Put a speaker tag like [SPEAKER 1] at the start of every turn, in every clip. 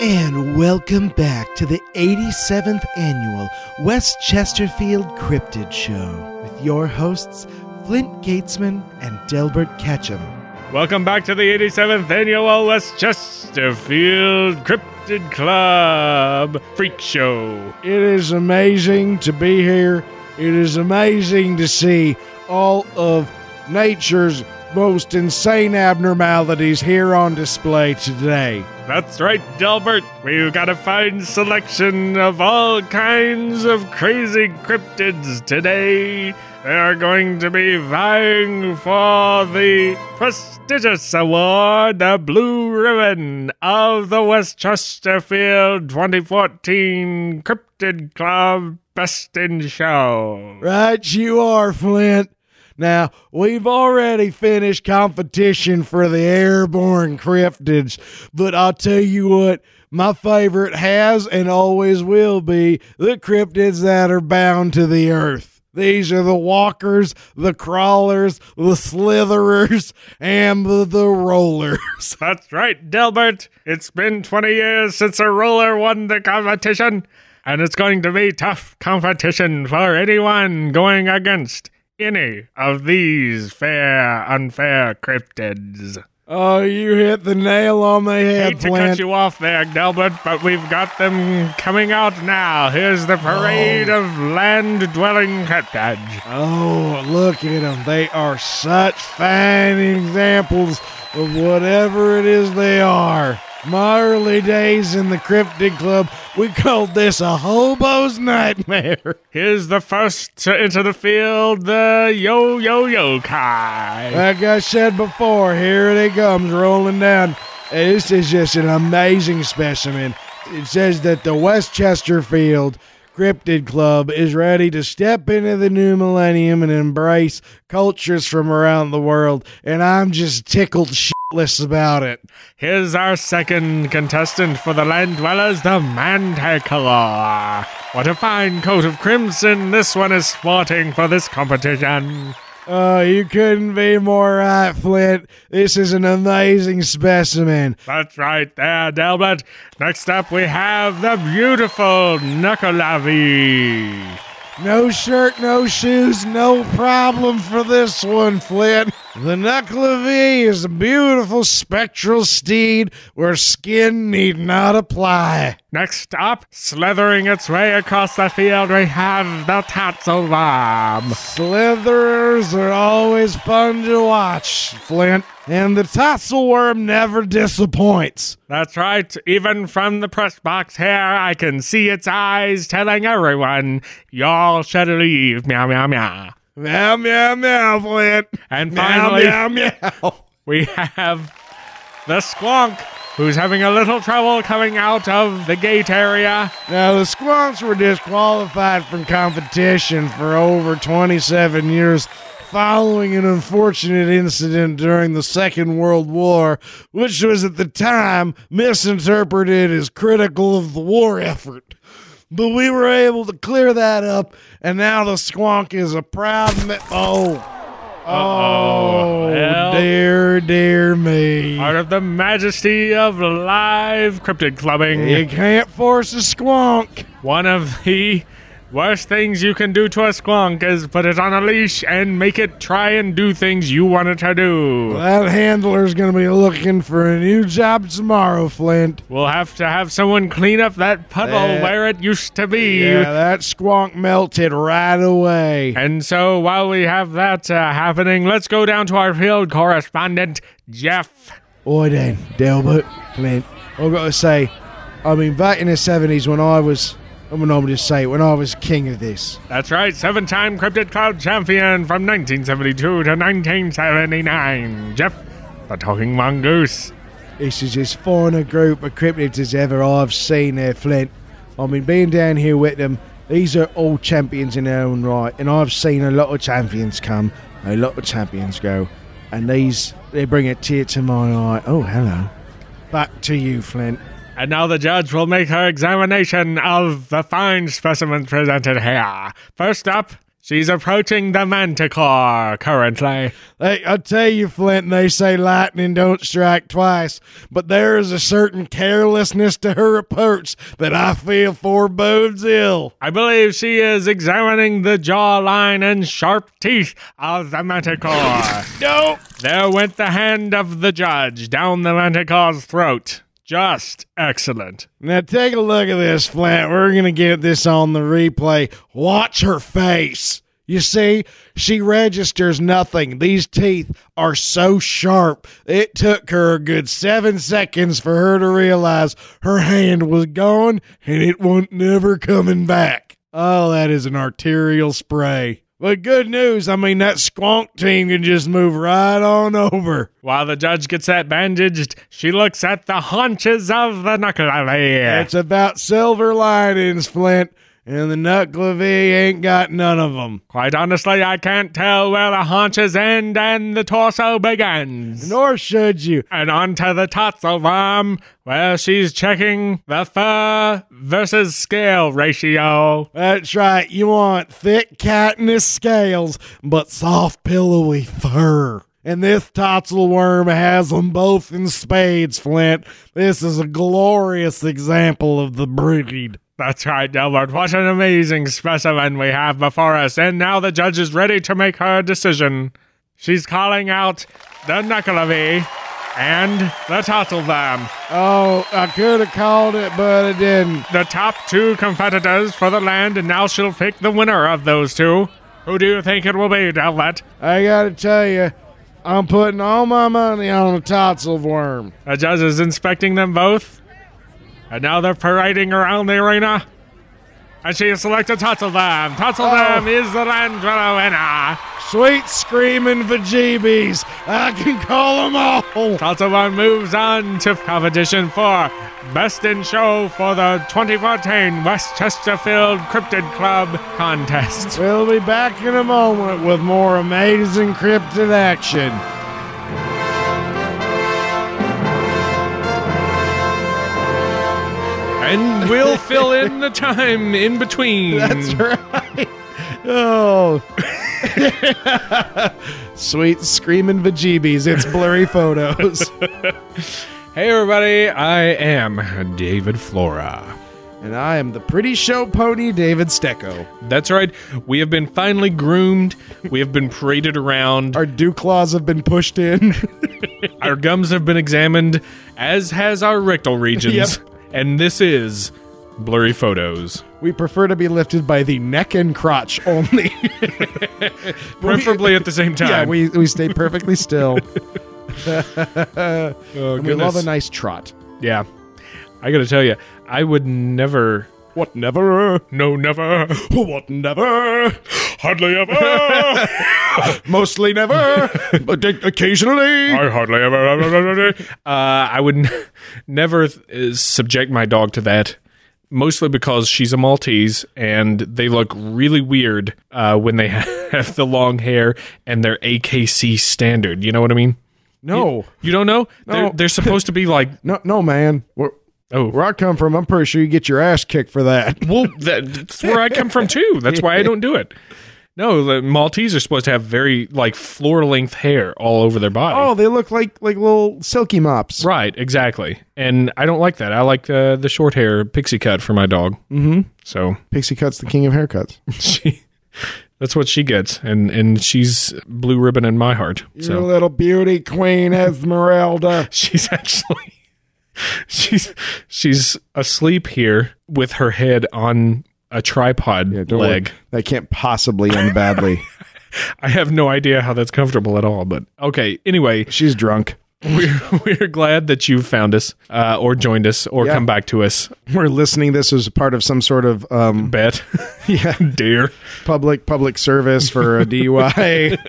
[SPEAKER 1] And welcome back to the 87th annual West Chesterfield Cryptid Show with your hosts, Flint Gatesman and Delbert Ketchum.
[SPEAKER 2] Welcome back to the 87th annual West Chesterfield Cryptid Club Freak Show.
[SPEAKER 3] It is amazing to be here. It is amazing to see all of nature's most insane abnormalities here on display today.
[SPEAKER 2] That's right, Delbert. We've got a fine selection of all kinds of crazy cryptids today. They are going to be vying for the prestigious award, the Blue Ribbon of the West Chesterfield 2014 Cryptid Club Best in Show.
[SPEAKER 3] Right, you are, Flint. Now, we've already finished competition for the airborne cryptids, but I'll tell you what, my favorite has and always will be the cryptids that are bound to the earth. These are the walkers, the crawlers, the slitherers, and the, the rollers.
[SPEAKER 2] That's right, Delbert. It's been 20 years since a roller won the competition, and it's going to be tough competition for anyone going against any of these fair, unfair cryptids.
[SPEAKER 3] Oh, you hit the nail on the head,
[SPEAKER 2] Hate to cut
[SPEAKER 3] Flint.
[SPEAKER 2] you off there, Delbert, but we've got them coming out now. Here's the parade of land-dwelling cryptids.
[SPEAKER 3] Oh, look at them. They are such fine examples of whatever it is they are. My early days in the Cryptid Club, we called this a hobo's nightmare.
[SPEAKER 2] Here's the first to enter the field, the Yo-Yo-Yo Kai.
[SPEAKER 3] Like I said before, here they comes rolling down. And This is just an amazing specimen. It says that the West Chesterfield Cryptid Club is ready to step into the new millennium and embrace cultures from around the world, and I'm just tickled shitless about it.
[SPEAKER 2] Here's our second contestant for the land dwellers, the Manticolor. What a fine coat of crimson this one is sporting for this competition.
[SPEAKER 3] Oh, you couldn't be more right, Flint. This is an amazing specimen.
[SPEAKER 2] That's right there, Delbert. Next up, we have the beautiful Nukalavi.
[SPEAKER 3] No shirt, no shoes, no problem for this one, Flint. The Nuclavee is a beautiful spectral steed where skin need not apply.
[SPEAKER 2] Next up, slithering its way across the field, we have the Tatsuvam.
[SPEAKER 3] Slitherers are always fun to watch, Flint. And the tassel worm never disappoints.
[SPEAKER 2] That's right. Even from the press box here, I can see its eyes telling everyone, y'all should leave. Meow, meow, meow.
[SPEAKER 3] Meow, meow, meow, Flint.
[SPEAKER 2] And
[SPEAKER 3] Meow,
[SPEAKER 2] finally,
[SPEAKER 3] meow, meow.
[SPEAKER 2] we have the Squonk, who's having a little trouble coming out of the gate area.
[SPEAKER 3] Now, the Squonks were disqualified from competition for over 27 years following an unfortunate incident during the Second World War, which was at the time misinterpreted as critical of the war effort. But we were able to clear that up, and now the Squonk is a proud. Me- oh. Oh,
[SPEAKER 2] Well-
[SPEAKER 3] dear, dear me.
[SPEAKER 2] Out of the majesty of live cryptid clubbing,
[SPEAKER 3] You can't force a squonk.
[SPEAKER 2] one of the worst things you can do to a squonk is put it on a leash and make it try and do things you want it to do.
[SPEAKER 3] That handler's going to be looking for a new job tomorrow, Flint.
[SPEAKER 2] We'll have to have someone clean up that puddle
[SPEAKER 3] That-
[SPEAKER 2] where it used to be.
[SPEAKER 3] Yeah, that squonk melted right away.
[SPEAKER 2] And so while we have that uh, happening, let's go down to our field correspondent, Jeff.
[SPEAKER 3] Oi then, Delbert, Flint. I've got to say, I mean, back in the 70s when I was, I'm going to just say, it, when I was king of this,
[SPEAKER 2] That's right, seven time Cryptid Cloud champion from 1972 to 1979. Jeff, the talking mongoose.
[SPEAKER 3] This is as fine a group of cryptids as ever I've seen there, Flint. I mean, being down here with them, these are all champions in their own right, and I've seen a lot of champions come, a lot of champions go, and these, they bring a tear to my eye. Oh, hello. Back to you, Flint.
[SPEAKER 2] And now the judge will make her examination of the fine specimens presented here. First up, She's approaching the manticore currently.
[SPEAKER 3] Hey, I tell you, Flint, they say lightning don't strike twice, but there is a certain carelessness to her approach that I feel forebodes ill.
[SPEAKER 2] I believe she is examining the jawline and sharp teeth of the manticore.
[SPEAKER 3] No,
[SPEAKER 2] there went the hand of the judge down the manticore's throat. Just excellent.
[SPEAKER 3] Now take a look at this, Flint. We're gonna get this on the replay. Watch her face. You see, she registers nothing. These teeth are so sharp. It took her a good seven seconds for her to realize her hand was gone and it wasn't never coming back. Oh, that is an arterial spray. But good news, I mean, that squonk team can just move right on over.
[SPEAKER 2] While the judge gets that bandaged, she looks at the haunches of the knucklehead.
[SPEAKER 3] It's about silver linings, Flint, and the Nucklev ain't got none of them.
[SPEAKER 2] Quite honestly, I can't tell where the haunches end and the torso begins.
[SPEAKER 3] Nor should you.
[SPEAKER 2] And on to the Tatsu Mom, where she's checking the fur versus scale ratio.
[SPEAKER 3] That's right, you want thick chitinous scales, but soft pillowy fur. And this Totzel worm has them both in spades, Flint. This is a glorious example of the breed.
[SPEAKER 2] That's right, Delbert. What an amazing specimen we have before us. And now the judge is ready to make her decision. She's calling out the Nuckalevy and the Tottlevam,
[SPEAKER 3] Oh, I could have called it, but I didn't.
[SPEAKER 2] the top two competitors for the land, and now she'll pick the winner of those two. Who do you think it will be, Delbert?
[SPEAKER 3] I gotta tell you, I'm putting all my money on a Totzel worm.
[SPEAKER 2] The judge is inspecting them both. And now they're parading around the arena. And she has selected Tottlevam. Tottlevam
[SPEAKER 3] Oh.
[SPEAKER 2] is the land winner.
[SPEAKER 3] Sweet screaming vajeebies. I can call them all.
[SPEAKER 2] Tatsuban moves on to competition four. Best in show for the 2014 West Chesterfield Cryptid Club contest.
[SPEAKER 3] We'll be back in a moment with more amazing cryptid action.
[SPEAKER 2] And we'll fill in the time in between.
[SPEAKER 3] That's right. Oh. Sweet screaming vajeebies. It's blurry photos.
[SPEAKER 2] Hey, everybody, I am David Flora.
[SPEAKER 3] and I am the pretty show pony, David Stecco.
[SPEAKER 2] That's right, we have been finally groomed, we have been paraded around,
[SPEAKER 3] Our dew claws have been pushed in.
[SPEAKER 2] our gums have been examined, as has our rectal regions.
[SPEAKER 3] Yep.
[SPEAKER 2] And this is Blurry Photos.
[SPEAKER 3] we prefer to be lifted by the neck and crotch only.
[SPEAKER 2] Preferably at the same time.
[SPEAKER 3] yeah, we, we stay perfectly still. and we love a
[SPEAKER 2] goodness.
[SPEAKER 3] nice trot.
[SPEAKER 2] Yeah. I gotta tell you, I would never.
[SPEAKER 3] What never?
[SPEAKER 2] No, never.
[SPEAKER 3] What never?
[SPEAKER 2] Hardly ever. I
[SPEAKER 3] Mostly never, but occasionally.
[SPEAKER 2] hardly ever. Uh, I would n- never uh, subject my dog to that. Mostly because she's a Maltese and they look really weird uh, when they have the long hair and their AKC standard. You know what I mean?
[SPEAKER 3] No,
[SPEAKER 2] You don't know?
[SPEAKER 3] No.
[SPEAKER 2] They're, they're supposed to be like,
[SPEAKER 3] no, no, man. Where,
[SPEAKER 2] oh,
[SPEAKER 3] where I come from, I'm pretty sure you get your ass kicked for that.
[SPEAKER 2] Well, that, that's where I come from too. That's why I don't do it. No, the Maltese are supposed to have very like floor length hair all over their body.
[SPEAKER 3] Oh, they look like like little silky mops.
[SPEAKER 2] right, exactly. And I don't like that. I like uh, the the short hair pixie cut for my dog. Mm-hmm. So
[SPEAKER 3] Pixie Cut's the king of haircuts.
[SPEAKER 2] she, that's what she gets, and and she's blue ribbon in my heart.
[SPEAKER 3] Your
[SPEAKER 2] So
[SPEAKER 3] little beauty queen Esmeralda.
[SPEAKER 2] she's actually she's she's asleep here with her head on a tripod
[SPEAKER 3] Don't worry,
[SPEAKER 2] leg.
[SPEAKER 3] That can't possibly end badly.
[SPEAKER 2] I have no idea how that's comfortable at all, but okay. Anyway,
[SPEAKER 3] She's drunk.
[SPEAKER 2] we're, we're glad that you found us uh, or joined us or come back to us,
[SPEAKER 3] We're listening. This as part of some sort of um,
[SPEAKER 2] bet. yeah, dear.
[SPEAKER 3] public public service for a DUI.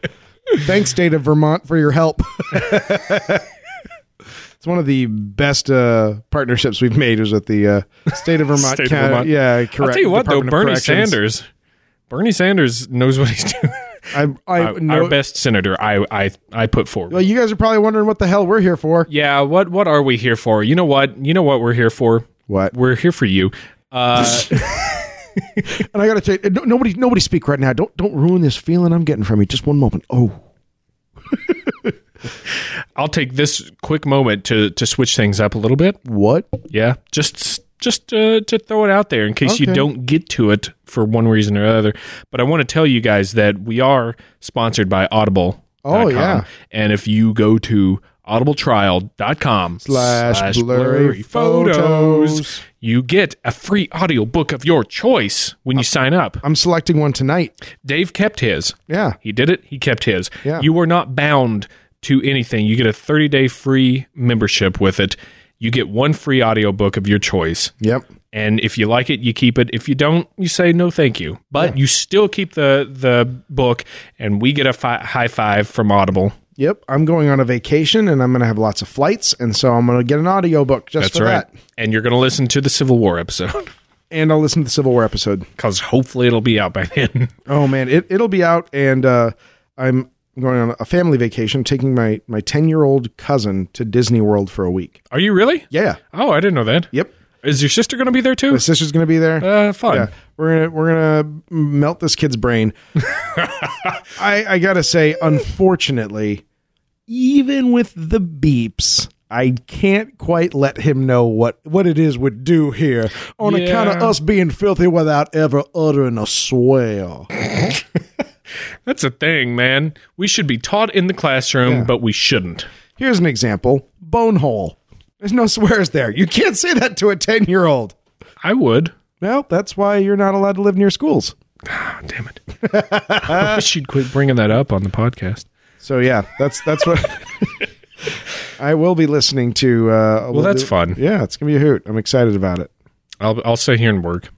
[SPEAKER 3] Thanks, state of Vermont, for your help. it's one of the best uh, partnerships we've made is with the uh, state of Vermont.
[SPEAKER 2] State of
[SPEAKER 3] County-
[SPEAKER 2] Vermont.
[SPEAKER 3] Yeah, correct.
[SPEAKER 2] I'll tell you what,
[SPEAKER 3] Department
[SPEAKER 2] though,
[SPEAKER 3] of
[SPEAKER 2] Bernie
[SPEAKER 3] Corrections.
[SPEAKER 2] Sanders, Bernie Sanders knows what he's doing.
[SPEAKER 3] I, I know,
[SPEAKER 2] Our best senator, I, I, I put forward.
[SPEAKER 3] well, you guys are probably wondering what the hell we're here for.
[SPEAKER 2] yeah, what, what are we here for? You know what? You know what we're here for?
[SPEAKER 3] What?
[SPEAKER 2] We're here for you. Uh,
[SPEAKER 3] and I got to tell you, no- nobody, nobody speak right now. Don't, don't ruin this feeling I'm getting from you. Just one moment. Oh,
[SPEAKER 2] I'll take this quick moment to to switch things up a little bit.
[SPEAKER 3] what?
[SPEAKER 2] Yeah, just just uh, to throw it out there in case you don't get to it for one reason or other. But I want to tell you guys that we are sponsored by Audible.
[SPEAKER 3] Oh, yeah.
[SPEAKER 2] and if you go to audibletrial.com
[SPEAKER 3] Slash blurry photos.
[SPEAKER 2] you get a free audiobook of your choice when you sign up
[SPEAKER 3] I'm selecting one tonight.
[SPEAKER 2] dave kept his
[SPEAKER 3] Yeah.
[SPEAKER 2] he did it. He kept his.
[SPEAKER 3] Yeah.
[SPEAKER 2] You are not bound to anything. You get a 30 day free membership with it. You get one free audiobook of your choice.
[SPEAKER 3] Yep.
[SPEAKER 2] And if you like it, you keep it. If you don't, you say no, thank you. But you still keep the the book, and we get a fi- high five from Audible.
[SPEAKER 3] Yep. I'm going on a vacation and I'm going to have lots of flights. And so I'm going to get an audiobook just for that.
[SPEAKER 2] And you're going to listen to the Civil War episode
[SPEAKER 3] And I'll listen to the Civil War episode.
[SPEAKER 2] because hopefully it'll be out by then.
[SPEAKER 3] Oh man, it, it'll be out, and uh, I'm going on a family vacation, taking my my ten year old cousin to Disney World for a week.
[SPEAKER 2] Are you really?
[SPEAKER 3] Yeah.
[SPEAKER 2] Oh, I didn't know that.
[SPEAKER 3] Yep.
[SPEAKER 2] Is your sister going to be there too?
[SPEAKER 3] My sister's gonna be there.
[SPEAKER 2] Uh, fun.
[SPEAKER 3] yeah, we're gonna we're gonna melt this kid's brain. I I gotta say, unfortunately, even with the beeps. I can't quite let him know what, what it is we do here on account of
[SPEAKER 2] Yeah.
[SPEAKER 3] us being filthy without ever uttering a swear.
[SPEAKER 2] That's a thing, man. We should be taught in the classroom, but we shouldn't.
[SPEAKER 3] Here's an example bonehole. There's no swears there. You can't say that to a 10 year old.
[SPEAKER 2] I would.
[SPEAKER 3] Well, that's why you're not allowed to live near schools.
[SPEAKER 2] Oh, damn it. I wish you'd quit bringing that up on the podcast.
[SPEAKER 3] So yeah, that's that's what I will be listening to. Uh,
[SPEAKER 2] Well, that's fun.
[SPEAKER 3] Yeah, it's gonna be a hoot. I'm excited about it.
[SPEAKER 2] I'll, I'll sit here and work.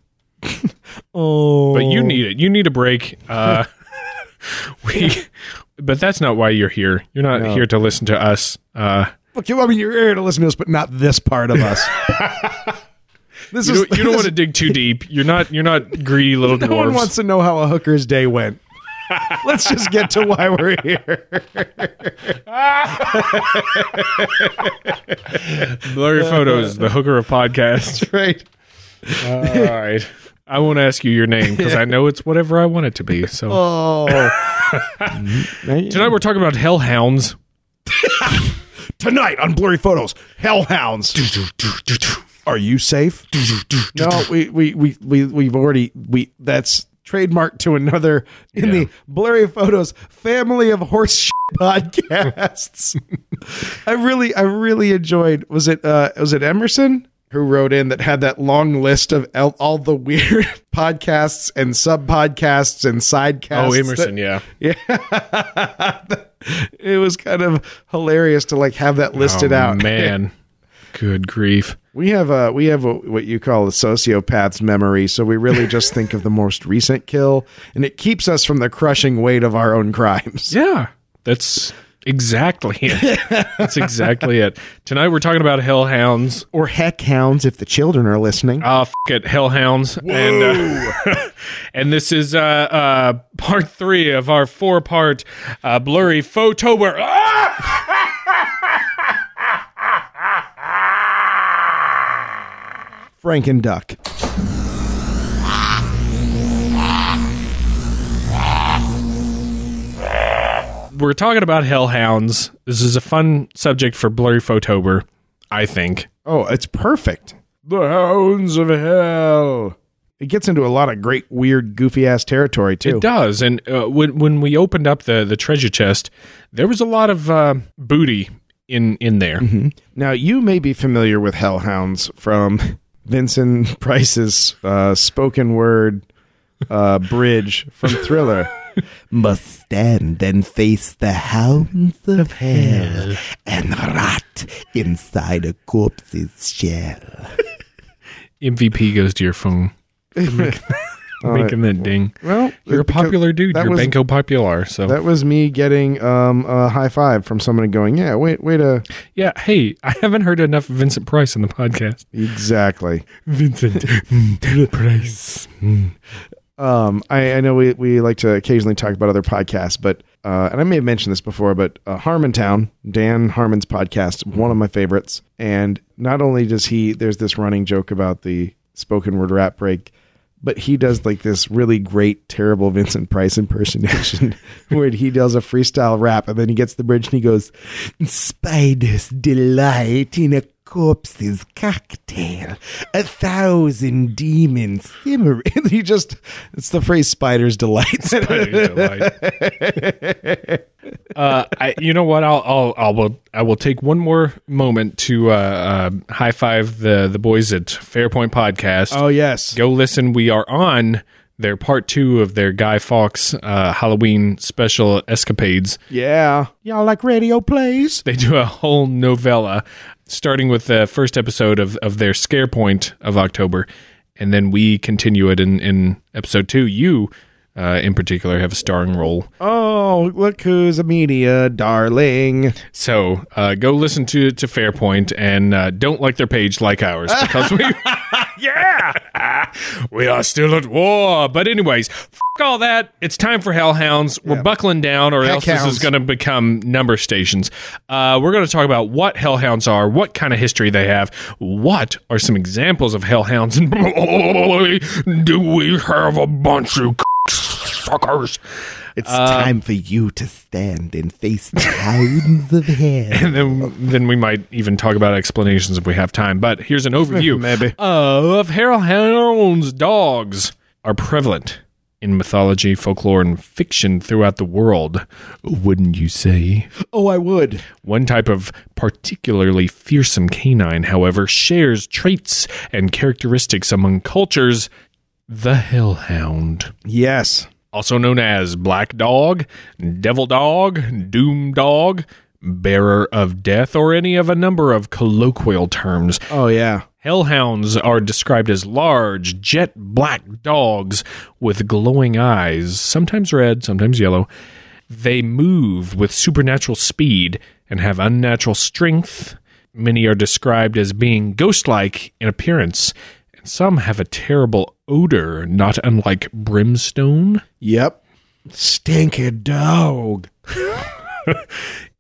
[SPEAKER 3] Oh,
[SPEAKER 2] But you need it. You need a break. Uh, we, but that's not why you're here. You're not here to listen to us. Uh,
[SPEAKER 3] look, you- I mean, you're here to listen to us, but not this part of us. this
[SPEAKER 2] you
[SPEAKER 3] is
[SPEAKER 2] don't, you don't
[SPEAKER 3] this-
[SPEAKER 2] want to dig too deep. You're not. You're not greedy little
[SPEAKER 3] No one
[SPEAKER 2] dwarves.
[SPEAKER 3] wants to know how a hooker's day went. Let's just get to why we're here.
[SPEAKER 2] Blurry photos. The hooker of podcasts.
[SPEAKER 3] Right.
[SPEAKER 2] All right. I won't ask you your name because I know it's whatever I want it to be. So.
[SPEAKER 3] Oh.
[SPEAKER 2] Tonight we're talking about hellhounds.
[SPEAKER 3] Tonight on Blurry Photos, Hellhounds. Are you safe? no, we, we we we we've already we that's trademarked to another in the Blurry Photos family of horse shit podcasts. I really I really enjoyed was it uh was it Emerson who wrote in that had that long list of all, all the weird podcasts and sub podcasts and sidecasts.
[SPEAKER 2] Oh, Emerson,
[SPEAKER 3] that-
[SPEAKER 2] yeah.
[SPEAKER 3] It was kind of hilarious to like have that listed
[SPEAKER 2] Oh,
[SPEAKER 3] out.
[SPEAKER 2] Man. Good grief.
[SPEAKER 3] We have a we have a, what you call a sociopath's memory, so we really just think of the most recent kill, and it keeps us from the crushing weight of our own crimes.
[SPEAKER 2] Yeah. That's exactly it. That's exactly it. Tonight we're talking about hellhounds.
[SPEAKER 3] Or heck hounds, if the children are listening.
[SPEAKER 2] Ah, f- it, hellhounds. And uh, and this is uh, uh, part three of our four part uh, blurry Ah! photo where.
[SPEAKER 3] Frank and Duck.
[SPEAKER 2] we're talking about hellhounds. This is a fun subject for blurry photober, I think.
[SPEAKER 3] Oh, it's perfect. The hounds of hell. It gets into a lot of great, weird, goofy ass territory too.
[SPEAKER 2] It does. And uh, when when we opened up the the treasure chest, there was a lot of uh, booty in in there.
[SPEAKER 3] Mm-hmm. Now you may be familiar with hellhounds from Vincent Price's uh, spoken word uh, bridge from Thriller.
[SPEAKER 1] must stand and face the hounds of hell and rot inside a corpse's shell.
[SPEAKER 2] MVP goes to your phone. Making that ding.
[SPEAKER 3] Well,
[SPEAKER 2] You're a
[SPEAKER 3] because
[SPEAKER 2] popular dude.
[SPEAKER 3] that
[SPEAKER 2] You're
[SPEAKER 3] was-
[SPEAKER 2] Banco Popular. So
[SPEAKER 3] That was me getting um, a high five from somebody going, "Yeah, wait, wait a
[SPEAKER 2] yeah. Hey, I haven't heard enough of Vincent Price in the podcast.
[SPEAKER 3] exactly." Hmm.
[SPEAKER 2] Vincent hmm, Price.
[SPEAKER 3] Um, I, I know we, we like to occasionally talk about other podcasts, but uh, and I may have mentioned this before, but uh, Harmontown, Dan Harmon's podcast, one of my favorites. And not only does he, there's this running joke about the spoken word rap break but he does like this really great, terrible Vincent Price impersonation where he does a freestyle rap and then he gets to the bridge and he goes, Spiders delight in a corpse's cocktail, a thousand demons simmer. And he just, it's the phrase spider's delight.
[SPEAKER 2] uh, I, you know what? I'll, I'll, I'll, will, I will take one more moment to uh, uh, high five the the boys at Fairpoint Podcast.
[SPEAKER 3] oh, yes.
[SPEAKER 2] Go listen. We are on their part two of their Guy Fawkes uh, Halloween special escapades.
[SPEAKER 3] Yeah. Y'all like radio plays?
[SPEAKER 2] They do a whole novella, starting with the first episode of, of their scare point of October, and then we continue it in, in episode two. You, uh, in particular, have a starring role.
[SPEAKER 3] Oh, look who's a media darling.
[SPEAKER 2] So uh, go listen to to Fairpoint and uh, don't like their page like ours because we yeah we are still at war. But anyways, f- all that. It's time for Hellhounds. We're buckling down, or else this
[SPEAKER 3] hounds.
[SPEAKER 2] is going to become number stations. Uh, we're going to talk about what Hellhounds are, what kind of history they have, what are some examples of Hellhounds, and boy, do we have a bunch of suckers.
[SPEAKER 3] It's
[SPEAKER 1] Uh,
[SPEAKER 3] time for you to stand and face the hounds of hell.
[SPEAKER 2] and then then we might even talk about explanations if we have time. But here's an overview
[SPEAKER 3] Maybe.
[SPEAKER 2] of Harold Hound's dogs are prevalent in mythology, folklore, and fiction throughout the world. Wouldn't you say?
[SPEAKER 3] Oh, I would.
[SPEAKER 2] One type of particularly fearsome canine, however, shares traits and characteristics among cultures. The Hellhound
[SPEAKER 3] Yes.
[SPEAKER 2] also known as Black Dog, Devil Dog, Doom Dog, Bearer of Death, or any of a number of colloquial terms.
[SPEAKER 3] Oh, yeah.
[SPEAKER 2] Hellhounds are described as large, jet black dogs with glowing eyes, sometimes red, sometimes yellow. They move with supernatural speed and have unnatural strength. Many are described as being ghost like in appearance, and some have a terrible odor, not unlike brimstone.
[SPEAKER 3] Yep. Stinky dog.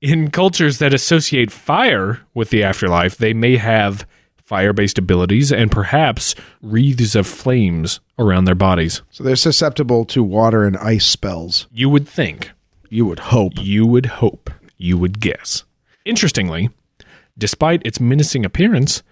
[SPEAKER 2] In cultures that associate fire with the afterlife, they may have fire based abilities and perhaps wreaths of flames around their bodies.
[SPEAKER 3] So they're susceptible to water and ice spells.
[SPEAKER 2] You would think,
[SPEAKER 3] You would hope.
[SPEAKER 2] you would hope, you would guess. Interestingly, despite its menacing appearance,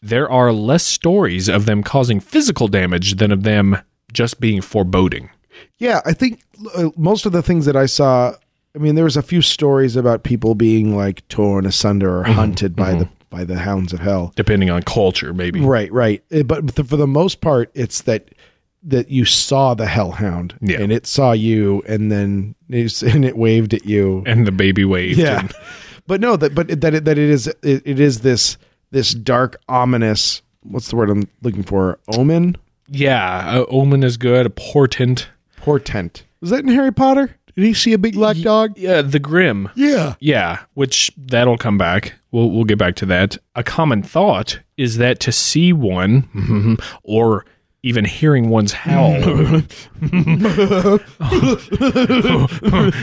[SPEAKER 2] there are less stories of them causing physical damage than of them just being foreboding.
[SPEAKER 3] Yeah, I think uh, most of the things that I saw, I mean, there was a few stories about people being like torn asunder or hunted by the by the hounds of hell.
[SPEAKER 2] Depending on culture, maybe.
[SPEAKER 3] Right, right. Uh, But th- for the most part, it's that that you saw the hellhound
[SPEAKER 2] Yeah.
[SPEAKER 3] and it saw you, and then it's, and it waved at you.
[SPEAKER 2] And the baby waved.
[SPEAKER 3] Yeah,
[SPEAKER 2] and-
[SPEAKER 3] but no, that but that it, that it is it, it is this this dark ominous. What's the word I'm looking for? Omen,
[SPEAKER 2] yeah. A omen is good, a portent.
[SPEAKER 3] portent. Was that in Harry Potter? Did he see a big black dog?
[SPEAKER 2] Yeah, the grim.
[SPEAKER 3] Yeah.
[SPEAKER 2] Yeah, which that'll come back. We'll we'll get back to that. A common thought is that to see one or even hearing one's howl.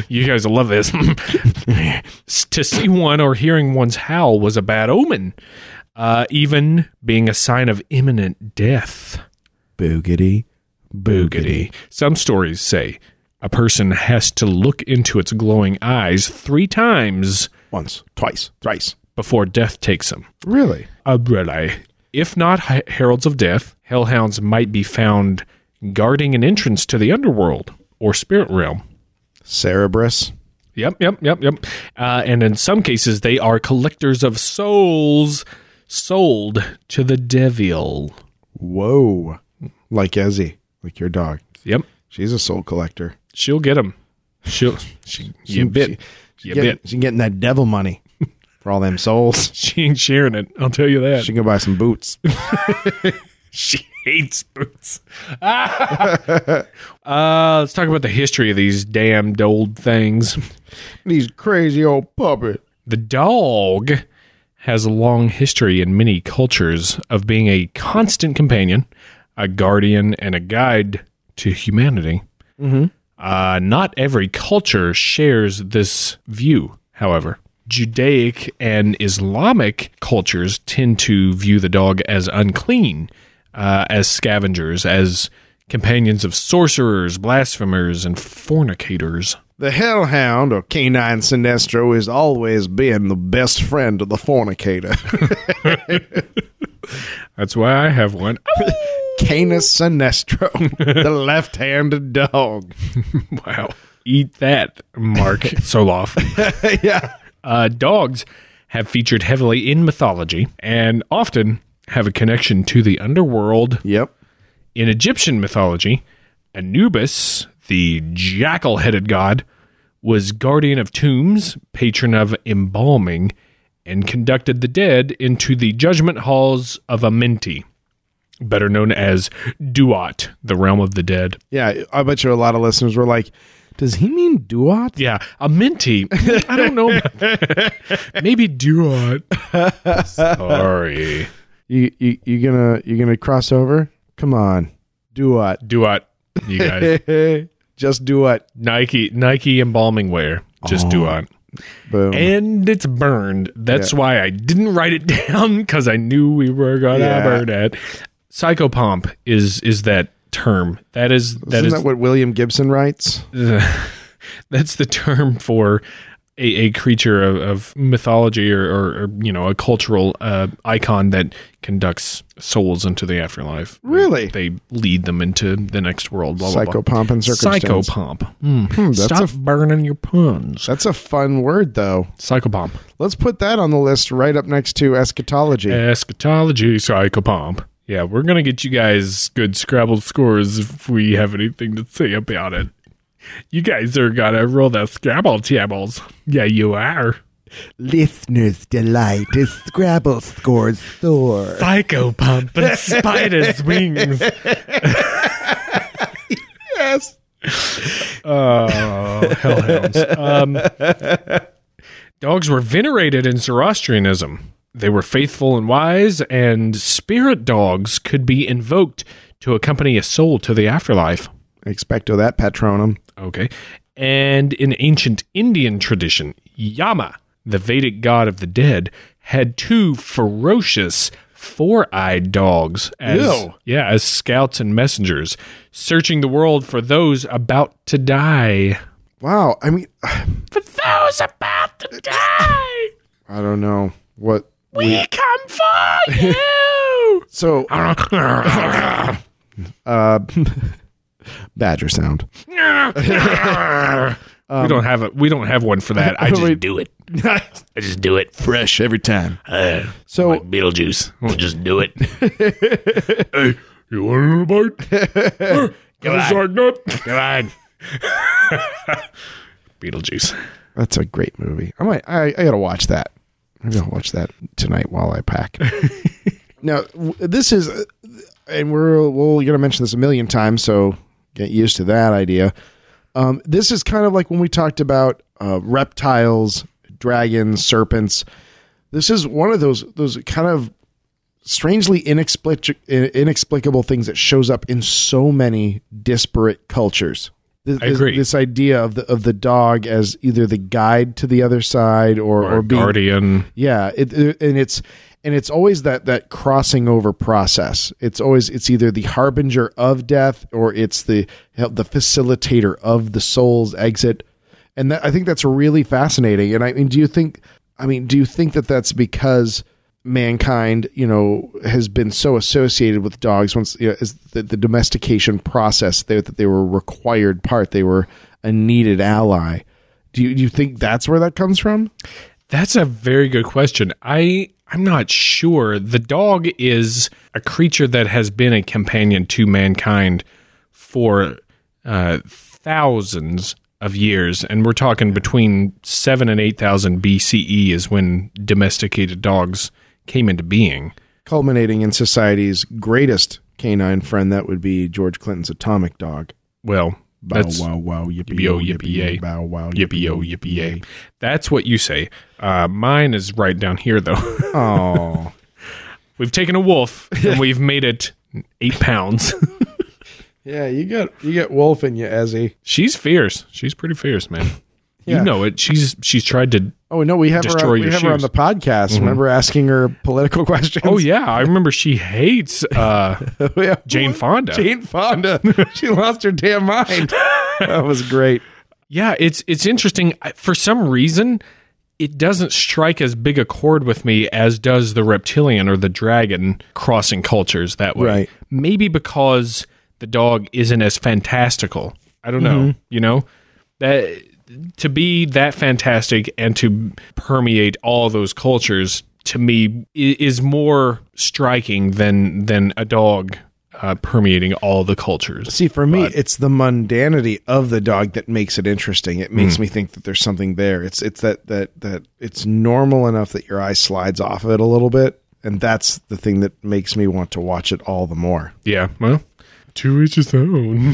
[SPEAKER 2] you guys will love this. S- to see one or hearing one's howl was a bad omen, uh, even being a sign of imminent death.
[SPEAKER 3] Boogity.
[SPEAKER 2] Boogity. Some stories say a person has to look into its glowing eyes three times
[SPEAKER 3] Once, twice, thrice.
[SPEAKER 2] before death takes them.
[SPEAKER 3] Really?
[SPEAKER 2] Umbrella. If not he- heralds of death, hellhounds might be found guarding an entrance to the underworld or spirit realm.
[SPEAKER 3] Cerebrus.
[SPEAKER 2] Yep, yep, yep, yep. Uh, and in some cases, they are collectors of souls sold to the devil.
[SPEAKER 3] Whoa. Like Ezzy, like your dog.
[SPEAKER 2] Yep,
[SPEAKER 3] She's a soul collector.
[SPEAKER 2] she'll get them. She'll, she, you bit, you
[SPEAKER 3] Getting,
[SPEAKER 2] bit.
[SPEAKER 3] she's getting that devil money for all them souls.
[SPEAKER 2] She ain't sharing it. I'll tell you that.
[SPEAKER 3] She can go buy some boots.
[SPEAKER 2] She hates boots. uh, let's talk about the history of these damned old things.
[SPEAKER 3] These crazy old puppet.
[SPEAKER 2] The dog has a long history in many cultures of being a constant companion, a guardian, and a guide to humanity. Uh, not every culture shares this view, however. Judaic and Islamic cultures tend to view the dog as unclean, uh, as scavengers, as companions of sorcerers, blasphemers, and fornicators.
[SPEAKER 3] The Hellhound, or Canine Sinestro, has always been the best friend of the fornicator.
[SPEAKER 2] That's why I have one. Oh,
[SPEAKER 3] Canis Sinestro, the left handed dog.
[SPEAKER 2] wow. Eat that, Mark Soloff.
[SPEAKER 3] yeah.
[SPEAKER 2] Uh, dogs have featured heavily in mythology and often have a connection to the underworld.
[SPEAKER 3] Yep.
[SPEAKER 2] In Egyptian mythology, Anubis, the jackal headed god, was guardian of tombs, patron of embalming, and conducted the dead into the judgment halls of Amenti, better known as Duat, the realm of the dead.
[SPEAKER 3] Yeah. I bet you a lot of listeners were like, does he mean Duat?
[SPEAKER 2] Yeah, Amenti. I don't know. about that. Maybe Duat. Sorry.
[SPEAKER 3] You, you, you gonna you gonna cross over? Come on, Duat.
[SPEAKER 2] Duat, you guys.
[SPEAKER 3] Just Duat.
[SPEAKER 2] Nike Nike embalming wear.
[SPEAKER 3] Oh.
[SPEAKER 2] Just Duat.
[SPEAKER 3] Boom.
[SPEAKER 2] and it's burned. That's why I didn't write it down because I knew we were gonna
[SPEAKER 3] Yeah.
[SPEAKER 2] burn it. Psychopomp is is that term. That is that
[SPEAKER 3] Isn't
[SPEAKER 2] is
[SPEAKER 3] that what William Gibson writes?
[SPEAKER 2] that's the term for a, a creature of, of mythology or, or, or you know a cultural uh, icon that conducts souls into the afterlife.
[SPEAKER 3] Really?
[SPEAKER 2] they lead them into the next world. Blah, blah, blah.
[SPEAKER 3] Psychopomp and circumstance. Hmm,
[SPEAKER 2] Psychopomp. Mm.
[SPEAKER 3] that's
[SPEAKER 2] Stop burning your puns.
[SPEAKER 3] That's a fun word, though.
[SPEAKER 2] Psychopomp.
[SPEAKER 3] Let's put that on the list right up next to eschatology.
[SPEAKER 2] Eschatology, psychopomp. Yeah, we're gonna get you guys good Scrabble scores if we have anything to say about it. You guys are gonna roll the Scrabble tables. Yeah, you are.
[SPEAKER 1] Listener's delight is Scrabble scores sore.
[SPEAKER 2] Psychopomp and spider's wings. yes. Oh, hellhounds. Um, dogs were venerated in Zoroastrianism. They were faithful and wise, and spirit dogs could be invoked to accompany a soul to the afterlife.
[SPEAKER 3] Expecto that patronum.
[SPEAKER 2] Okay. And in ancient Indian tradition, Yama, the Vedic god of the dead, had two ferocious four-eyed dogs as
[SPEAKER 3] Ew.
[SPEAKER 2] yeah, as scouts and messengers, searching the world for those about to die.
[SPEAKER 3] Wow. I mean,
[SPEAKER 2] For those about to die.
[SPEAKER 3] I don't know what.
[SPEAKER 2] We come for you.
[SPEAKER 3] So, uh, badger sound.
[SPEAKER 2] we don't have a we don't have one for that. I just do it. I just do it.
[SPEAKER 3] Fresh every time. so,
[SPEAKER 2] Beetlejuice. We'll just do it. hey, you want a bite? Come on. Come on. Beetlejuice.
[SPEAKER 3] that's a great movie. I might, I, I gotta watch that. Maybe I'll watch that tonight while I pack. now, w- this is, uh, and we're, we're gonna mention this a million times, so get used to that idea. Um, this is kind of like when we talked about uh, reptiles, dragons, serpents. This is one of those those kind of strangely inexplic- inexplicable things that shows up in so many disparate cultures. This,
[SPEAKER 2] I agree.
[SPEAKER 3] This idea of the of the dog as either the guide to the other side or or,
[SPEAKER 2] Or
[SPEAKER 3] being
[SPEAKER 2] Guardian.
[SPEAKER 3] yeah, it, it- and it's and it's always that that crossing over process. It's always it's either the harbinger of death or it's the the facilitator of the soul's exit. And that, I think that's really fascinating. And I mean, do you think? I mean, do you think that that's because mankind, you know, has been so associated with dogs once you know, is the, the domestication process they, that they were a required part. They were a needed ally. Do you, do you think that's where that comes from?
[SPEAKER 2] That's a very good question. I I'm not sure. The dog is a creature that has been a companion to mankind for uh, thousands of years, and we're talking between seven and eight thousand BCE is when domesticated dogs came into being.
[SPEAKER 3] culminating in society's greatest canine friend. That would be George Clinton's atomic dog.
[SPEAKER 2] Well,
[SPEAKER 3] Bow
[SPEAKER 2] that's
[SPEAKER 3] wow wow yippee
[SPEAKER 2] Yippee-oh, yippee-yay.
[SPEAKER 3] bow wow
[SPEAKER 2] yippee oh yippee yay. That's what you say. Uh, mine is right down here though.
[SPEAKER 3] Oh,
[SPEAKER 2] we've taken a wolf and we've made it eight pounds.
[SPEAKER 3] yeah. You got you got wolf in you, Ezzy.
[SPEAKER 2] She's fierce. She's pretty fierce, man. You know it. She's she's tried to.
[SPEAKER 3] Oh no, we have her.
[SPEAKER 2] Destroy
[SPEAKER 3] On, we
[SPEAKER 2] your
[SPEAKER 3] have her on
[SPEAKER 2] shoes. Mm-hmm.
[SPEAKER 3] the podcast. Remember asking her political questions?
[SPEAKER 2] Oh yeah, I remember she hates uh,
[SPEAKER 3] yeah.
[SPEAKER 2] Jane Fonda.
[SPEAKER 3] Jane Fonda. she lost her damn mind. That was great.
[SPEAKER 2] Yeah, it's it's interesting. I- For some reason, it doesn't strike as big a chord with me as does the reptilian or the dragon crossing cultures that way.
[SPEAKER 3] Right.
[SPEAKER 2] Maybe because the dog isn't as fantastical. I don't know. You know that to be that fantastic and to permeate all those cultures to me i- is more striking than than a dog uh, permeating all the cultures.
[SPEAKER 3] See, for me, it's the mundanity of the dog that makes it interesting. It makes me think that there's something there. It's it's that that that it's normal enough that your eye slides off of it a little bit, and that's the thing that makes me want to watch it all the more.
[SPEAKER 2] Yeah. Well. To each his own.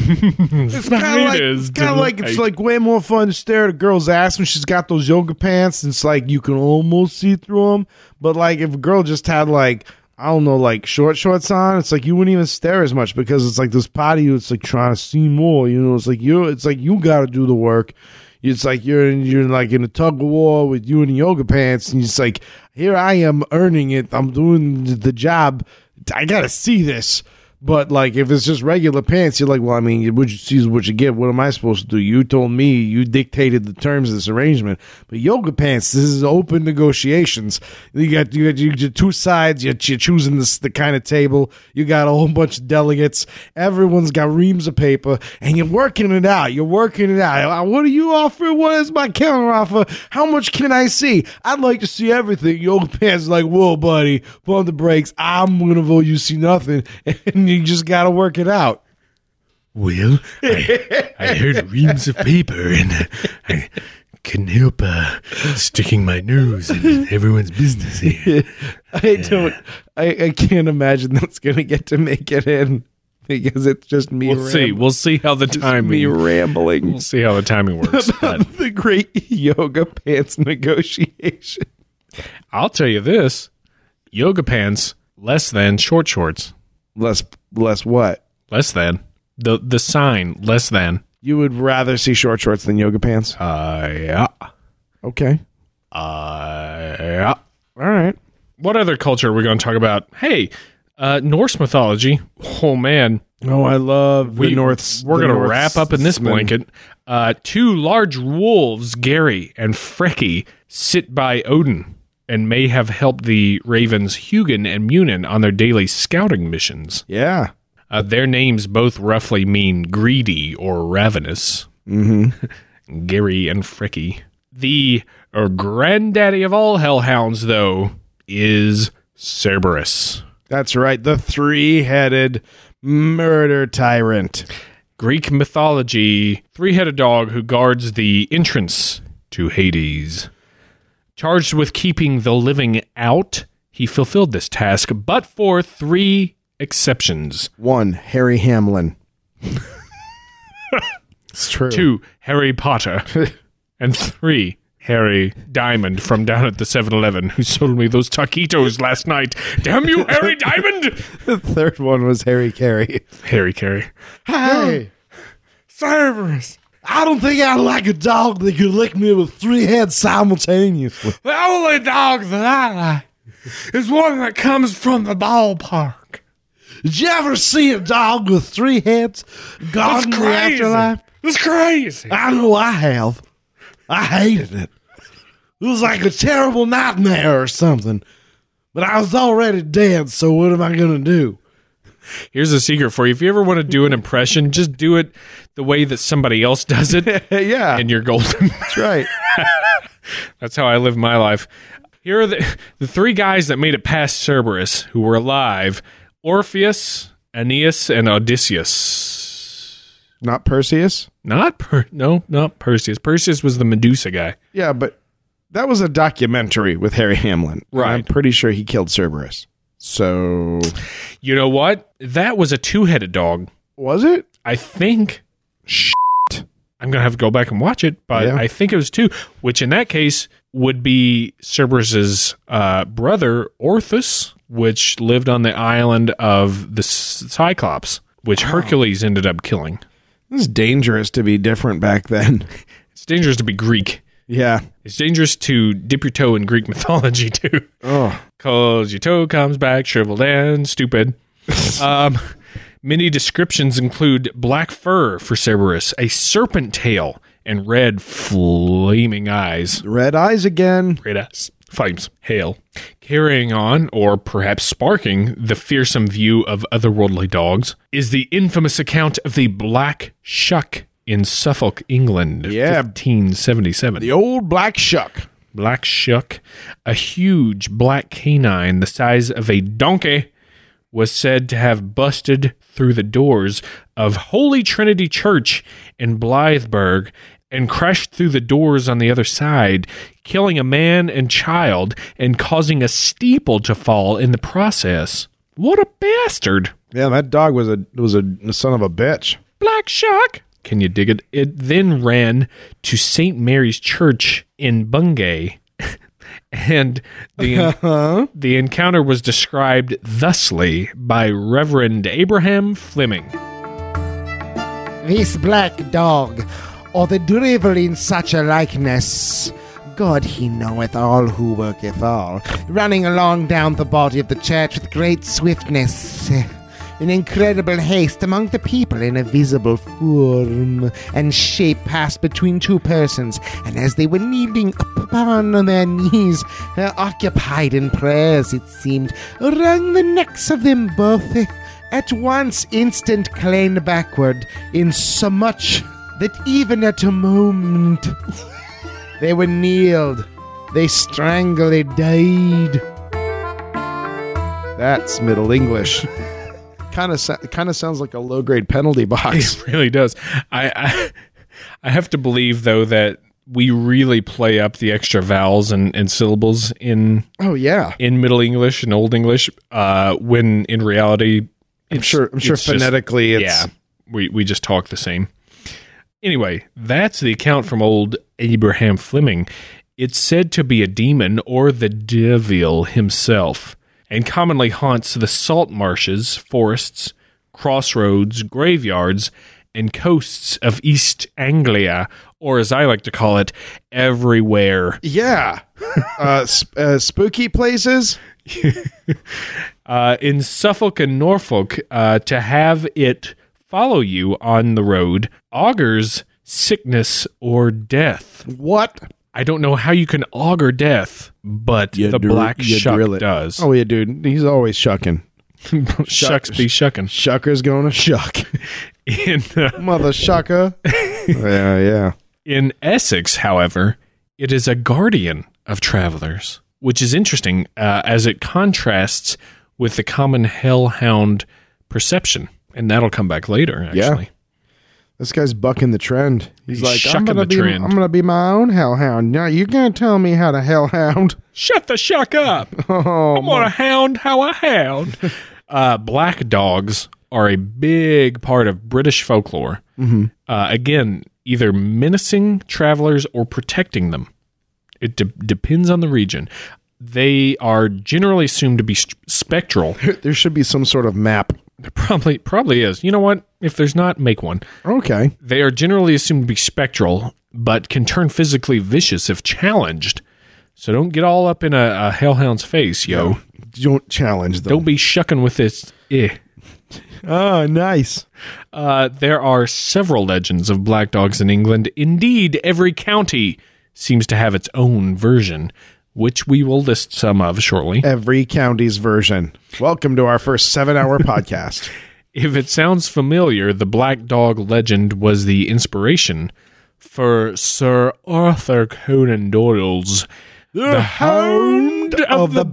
[SPEAKER 3] It's kind of like
[SPEAKER 2] Spiders
[SPEAKER 3] it's, kinda like, it's
[SPEAKER 2] delight.
[SPEAKER 3] like way more fun to stare at a girl's ass when she's got those yoga pants. And it's like you can almost see through them. But like if a girl just had like I don't know like short shorts on, it's like you wouldn't even stare as much because it's like this part of you. It's like trying to see more. You know, it's like you. It's like you got to do the work. It's like you're in, you're like in a tug of war with you in the yoga pants, and it's like here I am earning it. I'm doing the job. I gotta see this. But like, if it's just regular pants, you're like, well, I mean, what you see is what you get. What am I supposed to do? You told me you dictated the terms of this arrangement. But yoga pants, this is open negotiations. You got you got you, your two sides. You're, you're choosing this the kind of table. You got a whole bunch of delegates. Everyone's got reams of paper, and you're working it out. You're working it out. Uh, What do you offer? What is my counter offer? How much can I see? I'd like to see everything. Yoga pants is like, whoa, buddy, pump the brakes. I'm gonna vote you see nothing, and you just gotta work it out.
[SPEAKER 4] Well, I, I heard reams of paper and uh, I couldn't help uh, sticking my nose in everyone's business here.
[SPEAKER 3] I don't. I, I can't imagine that's gonna get to make it in because it's just me.
[SPEAKER 2] We'll see. Mm. We'll see how the
[SPEAKER 3] me
[SPEAKER 2] timing.
[SPEAKER 3] rambling.
[SPEAKER 2] We'll see how the timing works. but
[SPEAKER 3] the great yoga pants negotiation.
[SPEAKER 2] I'll tell you this: yoga pants less than short shorts,
[SPEAKER 3] Less, less what?
[SPEAKER 2] less than the the sign less than.
[SPEAKER 3] You would rather see short shorts than yoga pants?
[SPEAKER 2] Uh, yeah,
[SPEAKER 3] Okay.
[SPEAKER 2] uh, yeah.
[SPEAKER 3] All right.
[SPEAKER 2] What other culture are we going to talk about? Hey, uh, Norse mythology. Oh man,
[SPEAKER 3] Oh, I love the Norths.
[SPEAKER 2] We're
[SPEAKER 3] the
[SPEAKER 2] going to
[SPEAKER 3] Norths-
[SPEAKER 2] wrap up in this blanket. Uh, two large wolves, Gary and Freki, sit by Odin and may have helped the ravens Hugin and Munin on their daily scouting missions.
[SPEAKER 3] Yeah.
[SPEAKER 2] Uh, their names both roughly mean greedy or ravenous. Mm-hmm. Gary and Freki. The uh, granddaddy of all hellhounds, though, is Cerberus.
[SPEAKER 3] That's right. The three headed murder tyrant.
[SPEAKER 2] Greek mythology, three headed dog who guards the entrance to Hades. Charged with keeping the living out, he fulfilled this task, but for three exceptions.
[SPEAKER 3] One, Harry Hamlin. it's true.
[SPEAKER 2] Two, Harry Potter. and three, Harry Diamond from down at the 7 Eleven, who sold me those taquitos last night. Damn you, Harry Diamond!
[SPEAKER 3] The third one was Harry Carey.
[SPEAKER 2] Harry Carey.
[SPEAKER 3] Hey,
[SPEAKER 2] Oh. Cerberus!
[SPEAKER 3] I don't think I like a dog that could lick me with three heads simultaneously.
[SPEAKER 2] The only dog that I like is one that comes from the ballpark.
[SPEAKER 3] Did you ever see a dog with three heads gone in the afterlife?
[SPEAKER 2] That's crazy.
[SPEAKER 3] I know I have. I hated it. It was like a terrible nightmare or something. But I was already dead, so what am I going to do?
[SPEAKER 2] Here's a secret for you. If you ever want to do an impression, just do it the way that somebody else does it,
[SPEAKER 3] yeah,
[SPEAKER 2] and you're golden.
[SPEAKER 3] that's right.
[SPEAKER 2] That's how I live my life. Here are the, the three guys that made it past Cerberus who were alive Orpheus, Aeneas, and Odysseus.
[SPEAKER 3] Not Perseus?
[SPEAKER 2] Not per no, not Perseus. Perseus was the Medusa guy.
[SPEAKER 3] Yeah, but that was a documentary with Harry Hamlin. And I'm
[SPEAKER 2] Right.
[SPEAKER 3] pretty sure he killed Cerberus. So,
[SPEAKER 2] You know what? That was a two headed dog.
[SPEAKER 3] was it?
[SPEAKER 2] I think shit. I'm gonna have to go back and watch it, but
[SPEAKER 3] Yeah.
[SPEAKER 2] I think it was two, which in that case would be Cerberus's uh, brother Orthus, which lived on the island of the C- Cyclops, which Hercules ended up killing.
[SPEAKER 3] It was dangerous to be different back then.
[SPEAKER 2] It's dangerous to be Greek.
[SPEAKER 3] Yeah.
[SPEAKER 2] It's dangerous to dip your toe in Greek mythology too.
[SPEAKER 3] Oh.
[SPEAKER 2] Cause your toe comes back shriveled and stupid. um, many descriptions include black fur for Cerberus, a serpent tail, and red flaming eyes.
[SPEAKER 3] Red eyes again.
[SPEAKER 2] Red eyes. Flames, hail, carrying on, or perhaps sparking the fearsome view of otherworldly dogs, is the infamous account of the Black Shuck in Suffolk, England,
[SPEAKER 3] Yeah.
[SPEAKER 2] 1577.
[SPEAKER 3] The old black shuck.
[SPEAKER 2] Black Shuck, a huge black canine the size of a donkey, was said to have busted through the doors of Holy Trinity Church in Blytheburg and crashed through the doors on the other side, killing a man and child and causing a steeple to fall in the process. What a bastard!
[SPEAKER 3] Yeah, that dog was a was a son of a bitch.
[SPEAKER 2] Black Shark. Can you dig it? It then ran to St. Mary's Church in Bungay. and the
[SPEAKER 3] Uh-huh.
[SPEAKER 2] the encounter was described thusly by Reverend Abraham Fleming.
[SPEAKER 1] This black dog, or the drivel in such a likeness, God he knoweth all who worketh all, running along down the body of the church with great swiftness, in incredible haste among the people in a visible form, and shape passed between two persons, and as they were kneeling upon their knees, uh, occupied in prayers, it seemed, wrung the necks of them both at once instant clan backward in so much that even at a moment they were kneeled they strangely died
[SPEAKER 3] That's Middle English. kind of kind of sounds like a low grade penalty box.
[SPEAKER 2] It really does. I, I I have to believe though that we really play up the extra vowels and, and syllables in
[SPEAKER 3] oh yeah.
[SPEAKER 2] in Middle English and Old English, uh, when in reality,
[SPEAKER 3] I'm sure I'm sure
[SPEAKER 2] it's just-
[SPEAKER 3] phonetically it's
[SPEAKER 2] yeah, we we just talk the same. Anyway, that's the account from old Abraham Fleming. It's said to be a demon or the devil himself, and commonly haunts the salt marshes, forests, crossroads, graveyards, and coasts of East Anglia, or as I like to call it, everywhere.
[SPEAKER 3] yeah. uh, sp- uh spooky places?
[SPEAKER 2] uh, in Suffolk and Norfolk uh, to have it follow you on the road augurs sickness or death.
[SPEAKER 3] What?
[SPEAKER 2] I don't know how you can augur death, but the
[SPEAKER 3] dr-
[SPEAKER 2] black
[SPEAKER 3] you
[SPEAKER 2] shuck
[SPEAKER 3] drill it.
[SPEAKER 2] does.
[SPEAKER 3] Oh yeah, dude. He's always shucking.
[SPEAKER 2] Shucks be shucking.
[SPEAKER 3] Shucker's going to shuck.
[SPEAKER 2] In uh,
[SPEAKER 3] Mother shucker. yeah, yeah.
[SPEAKER 2] In Essex, however, it is a guardian of travelers, which is interesting uh, as it contrasts with the common hellhound perception. And that'll come back later, actually.
[SPEAKER 3] Yeah. This guy's bucking the trend. He's
[SPEAKER 2] He's
[SPEAKER 3] like, I'm
[SPEAKER 2] shucking
[SPEAKER 3] gonna
[SPEAKER 2] the
[SPEAKER 3] be,
[SPEAKER 2] trend."
[SPEAKER 3] I'm gonna be my own hellhound. Now you're gonna tell me how to hellhound.
[SPEAKER 2] Shut the shuck up.
[SPEAKER 3] Oh,
[SPEAKER 2] I'm gonna hound how I hound. uh, black dogs are a big part of British folklore. Uh, again, either menacing travelers or protecting them. It de- depends on the region. They are generally assumed to be st- spectral.
[SPEAKER 3] there should be some sort of map.
[SPEAKER 2] probably, probably is. You know what? If there's not, make one.
[SPEAKER 3] Okay.
[SPEAKER 2] They are generally assumed to be spectral, but can turn physically vicious if challenged. So don't get all up in a, a hellhound's face, yo.
[SPEAKER 3] Don't challenge them.
[SPEAKER 2] Don't be shucking with this. Eh.
[SPEAKER 3] Oh, nice.
[SPEAKER 2] Uh, there are several legends of black dogs in England. Indeed, every county seems to have its own version, which we will list some of shortly.
[SPEAKER 3] Every county's version. Welcome to our first seven hour podcast.
[SPEAKER 2] If it sounds familiar, the black dog legend was the inspiration for Sir Arthur Conan Doyle's The Hound of, the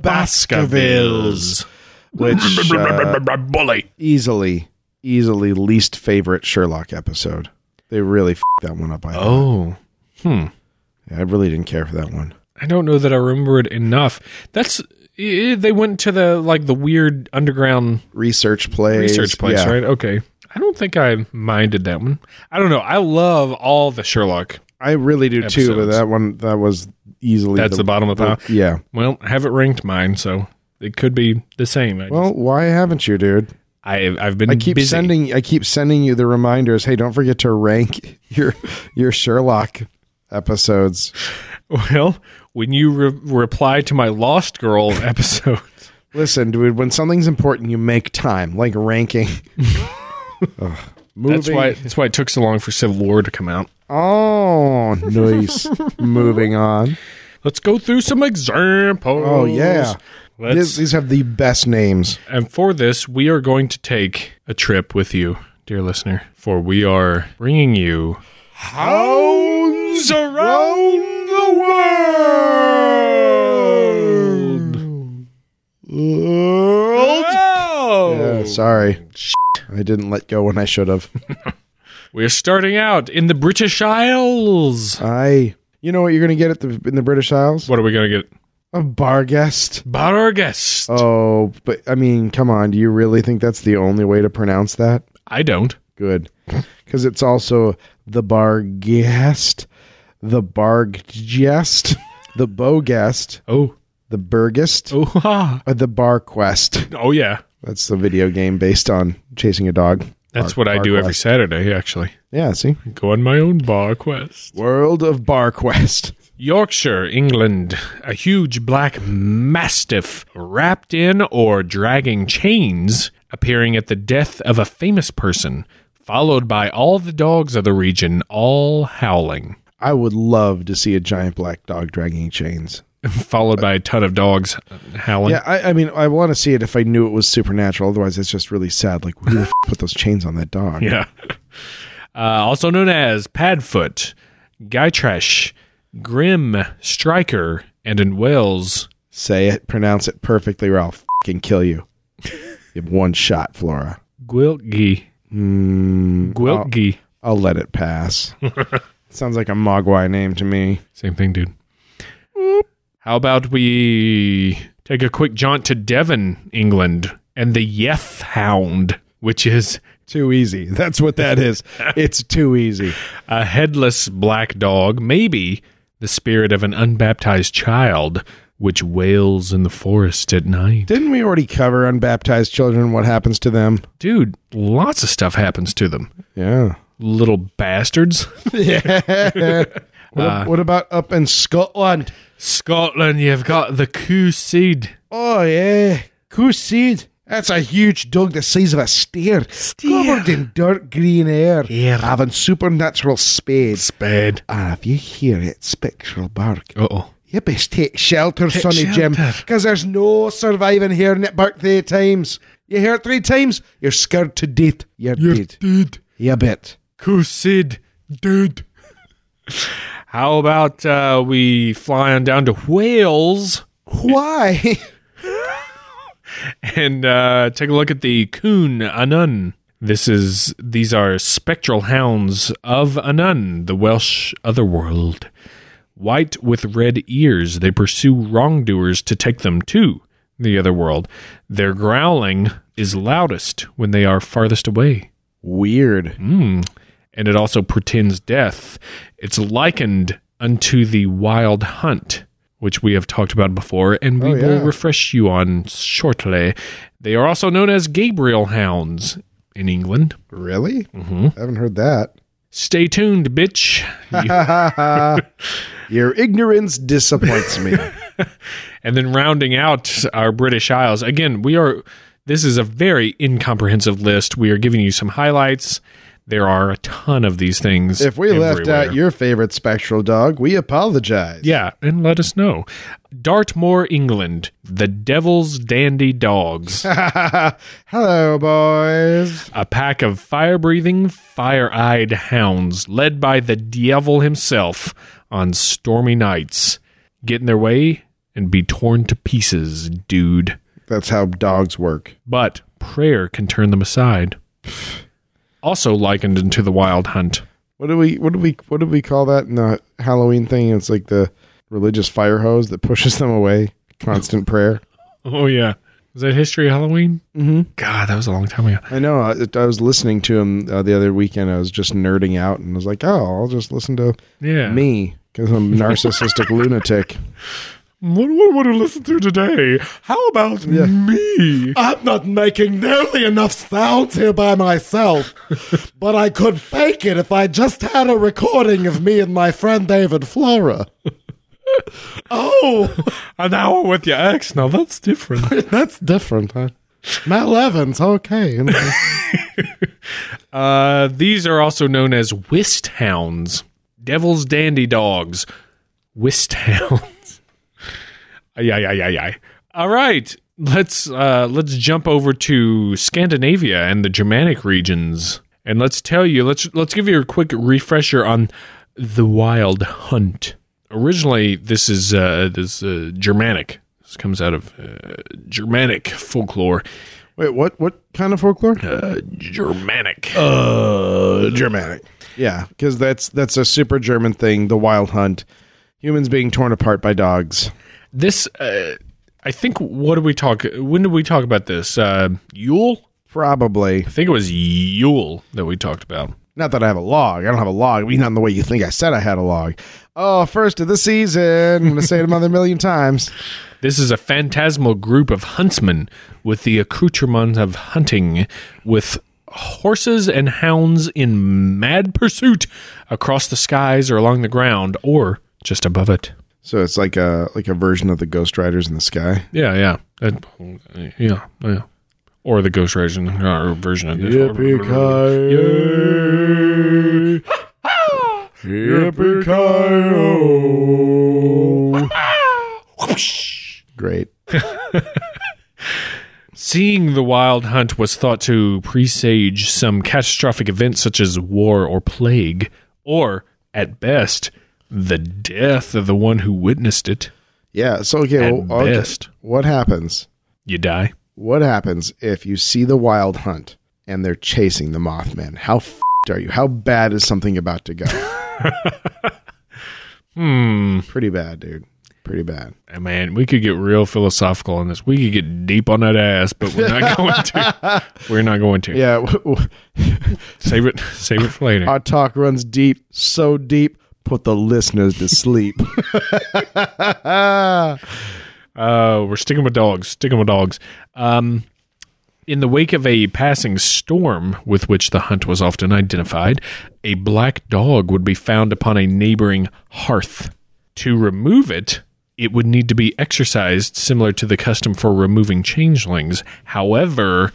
[SPEAKER 2] Baskervilles.
[SPEAKER 3] Which uh,
[SPEAKER 2] Bully.
[SPEAKER 3] easily, easily least favorite Sherlock episode. They really f- that one up. I, thought.
[SPEAKER 2] Oh,
[SPEAKER 3] Yeah, I really didn't care for that one.
[SPEAKER 2] I don't know that I remember it enough. That's eh, they went to the like the weird underground
[SPEAKER 3] Research place.
[SPEAKER 2] research place,
[SPEAKER 3] Yeah.
[SPEAKER 2] right? Okay. I don't think I minded that one. I don't know. I love all the Sherlock.
[SPEAKER 3] I really do too, but
[SPEAKER 2] Episodes.
[SPEAKER 3] that one that was easily
[SPEAKER 2] That's the, bottom of the pile.
[SPEAKER 3] Yeah.
[SPEAKER 2] Well, I haven't ranked mine, so it could be the same. I,
[SPEAKER 3] Well, why haven't you, dude?
[SPEAKER 2] I I've been
[SPEAKER 3] I keep
[SPEAKER 2] busy.
[SPEAKER 3] sending I keep sending you the reminders. Hey, don't forget to rank your your Sherlock episodes.
[SPEAKER 2] Well, when you re- reply to my Lost Girl episode,
[SPEAKER 3] Listen, dude, when something's important, you make time, like ranking. Ugh. Moving.
[SPEAKER 2] that's why that's why it took so long for Civil War to come out.
[SPEAKER 3] Oh, nice. Moving on.
[SPEAKER 2] Let's go through some examples.
[SPEAKER 3] Oh yeah.
[SPEAKER 2] Let's,
[SPEAKER 3] These- these have the best names.
[SPEAKER 2] and for this, we are going to take a trip with you, dear listener, for we are bringing you hounds around the world. Oh,
[SPEAKER 3] Yeah, sorry. I didn't let go when I should have.
[SPEAKER 2] We're starting out in the British Isles.
[SPEAKER 3] I You know what you're going to get at the in the British Isles?
[SPEAKER 2] What are we gonna get?
[SPEAKER 3] A bar guest.
[SPEAKER 2] Bar guest.
[SPEAKER 3] Oh, but I mean, come on. Do you really think that's the only way to pronounce that?
[SPEAKER 2] I don't.
[SPEAKER 3] Good. Cuz it's also the bar guest, the barg jest, the bow guest,
[SPEAKER 2] Oh,
[SPEAKER 3] the burgest,
[SPEAKER 2] oh, ha.
[SPEAKER 3] or the bar quest.
[SPEAKER 2] oh yeah.
[SPEAKER 3] That's the video game based on chasing a dog.
[SPEAKER 2] That's what I do every Saturday, actually.
[SPEAKER 3] Yeah, see?
[SPEAKER 2] Go on my own bar quest.
[SPEAKER 3] World of Bar Quest.
[SPEAKER 2] Yorkshire, England. A huge black mastiff wrapped in or dragging chains appearing at the death of a famous person, followed by all the dogs of the region, all howling.
[SPEAKER 3] I would love to see a giant black dog dragging chains.
[SPEAKER 2] Followed by a ton of dogs uh, howling.
[SPEAKER 3] Yeah, I, I mean, I want to see it if I knew it was supernatural. Otherwise, it's just really sad. Like, who the f- put those chains on that dog?
[SPEAKER 2] Yeah. Uh, also known as Padfoot, Gytrash, Grim, Striker, and in Wales,
[SPEAKER 3] Say it, pronounce it perfectly, or I'll fucking kill you. you have one shot, Flora.
[SPEAKER 2] Gwiltgi.
[SPEAKER 3] Mm, I'll,
[SPEAKER 2] Gwiltgi.
[SPEAKER 3] I'll let it pass. Sounds like a Mogwai name to me.
[SPEAKER 2] Same thing, dude. How about we take a quick jaunt to Devon, England, and the Yeth Hound, which is
[SPEAKER 3] Too easy. That's what that is. it's too easy.
[SPEAKER 2] a headless black dog, maybe the spirit of an unbaptized child, which wails in the forest at night.
[SPEAKER 3] Didn't we already cover unbaptized children? What happens to them?
[SPEAKER 2] Dude, lots of stuff happens to them.
[SPEAKER 3] Yeah.
[SPEAKER 2] Little bastards.
[SPEAKER 3] What, what about up in Scotland?
[SPEAKER 2] Scotland, you've got the Coo Seed.
[SPEAKER 3] Oh yeah, Coosseed. That's a huge dog the size of a steer, covered in dark green hair, having supernatural spades.
[SPEAKER 2] Bad.
[SPEAKER 3] And if you hear it spectral bark,
[SPEAKER 2] Uh oh.
[SPEAKER 3] you best take shelter, Sonny Jim, because there's no surviving hearing it back three times. You hear it three times, you're scared to death. You're, dead.
[SPEAKER 2] Dude.
[SPEAKER 3] You bet.
[SPEAKER 2] Coo Seed. Dude. How about uh, we fly on down to Wales
[SPEAKER 3] Why?
[SPEAKER 2] and uh, take a look at the Coon Anun? This is these are spectral hounds of Anun, the Welsh otherworld. White with red ears, they pursue wrongdoers to take them to the other world. Their growling is loudest when they are farthest away.
[SPEAKER 3] Weird.
[SPEAKER 2] and it also pretends death. It's likened unto the wild hunt, which we have talked about before, and
[SPEAKER 3] Oh,
[SPEAKER 2] we will refresh you on shortly. They are also known as Gabriel hounds in England.
[SPEAKER 3] Really? Mm-hmm. I haven't heard that.
[SPEAKER 2] Stay tuned, bitch.
[SPEAKER 3] Your ignorance disappoints me.
[SPEAKER 2] and then rounding out our British Isles. Again, we are this is a very incomprehensive list. We are giving you some highlights. There are a ton of these things.
[SPEAKER 3] If we left
[SPEAKER 2] everywhere.
[SPEAKER 3] out your favorite spectral dog, we apologize.
[SPEAKER 2] Yeah, and let us know. Dartmoor, England, the Devil's Dandy Dogs,
[SPEAKER 3] Hello, boys.
[SPEAKER 2] a pack of fire breathing, fire eyed hounds led by the devil himself on stormy nights. Get in their way and be torn to pieces, dude.
[SPEAKER 3] That's how dogs work.
[SPEAKER 2] But prayer can turn them aside. Also likened into the wild hunt.
[SPEAKER 3] What do we? What do we? What do we call that in the Halloween thing? It's like the religious fire hose that pushes them away. Constant prayer.
[SPEAKER 2] Oh, yeah. Is that History of Halloween? Mm-hmm. God, that was a long time ago.
[SPEAKER 3] I know. I, I was listening to him uh, the other weekend. I was just nerding out and I was like, "Oh, I'll just listen to
[SPEAKER 2] Yeah.
[SPEAKER 3] me because I'm a narcissistic lunatic."
[SPEAKER 2] What do I want to listen to today? How about me?
[SPEAKER 3] I'm not making nearly enough sounds here by myself, but I could fake it if I just had a recording of me and my friend David Flora. oh,
[SPEAKER 2] An hour with your ex? Now that's different.
[SPEAKER 3] that's different, huh? Mel Evans, okay.
[SPEAKER 2] uh, these are also known as whist hounds, devil's dandy dogs, whist hounds. ay ay ay ay ay. All right, let's uh, let's jump over to Scandinavia and the Germanic regions, and let's tell you let's let's give you a quick refresher on the wild hunt. Originally, this is uh, this uh, Germanic. This comes out of uh, Germanic folklore.
[SPEAKER 3] Wait, what? What kind of folklore?
[SPEAKER 2] Uh, Germanic.
[SPEAKER 3] Uh, Germanic. Yeah, because that's that's a super German thing. The wild hunt, humans being torn apart by dogs.
[SPEAKER 2] this uh, i think what did we talk when did we talk about this uh yule
[SPEAKER 3] Probably
[SPEAKER 2] i think it was yule that we talked about
[SPEAKER 3] not that I have a log. I don't have a log. I mean, not in the way you think. I said I had a log. Oh, first of the season. I'm gonna say it another million times.
[SPEAKER 2] this is a phantasmal group of huntsmen with the accoutrements of hunting with horses and hounds in mad pursuit across the skies or along the ground or just above it
[SPEAKER 3] So it's like a like a version of the Ghost Riders in the sky.
[SPEAKER 2] yeah yeah That- yeah yeah or the Ghost Rider uh, version of this.
[SPEAKER 3] Great.
[SPEAKER 2] Seeing the wild hunt was thought to presage some catastrophic event such as war or plague, or, at best, the death of the one who witnessed it.
[SPEAKER 3] Yeah. So okay,
[SPEAKER 2] At
[SPEAKER 3] well, okay.
[SPEAKER 2] best.
[SPEAKER 3] What happens?
[SPEAKER 2] You die.
[SPEAKER 3] What happens if you see the wild hunt and they're chasing the Mothman? How f- are you? How bad is something about to go?
[SPEAKER 2] Hmm.
[SPEAKER 3] Pretty bad, dude. Pretty bad.
[SPEAKER 2] And Man, we could get real philosophical on this. We could get deep on that ass, but we're not going to. We're not going to.
[SPEAKER 3] Yeah. w- w-
[SPEAKER 2] Save it. Save it for later.
[SPEAKER 3] Our talk runs deep, so deep, put the listeners to sleep.
[SPEAKER 2] Uh, we're sticking with dogs. Sticking with dogs. Um, in the wake of a passing storm with which the hunt was often identified, a black dog would be found upon a neighboring hearth. To remove it, it would need to be exercised similar to the custom for removing changelings. However,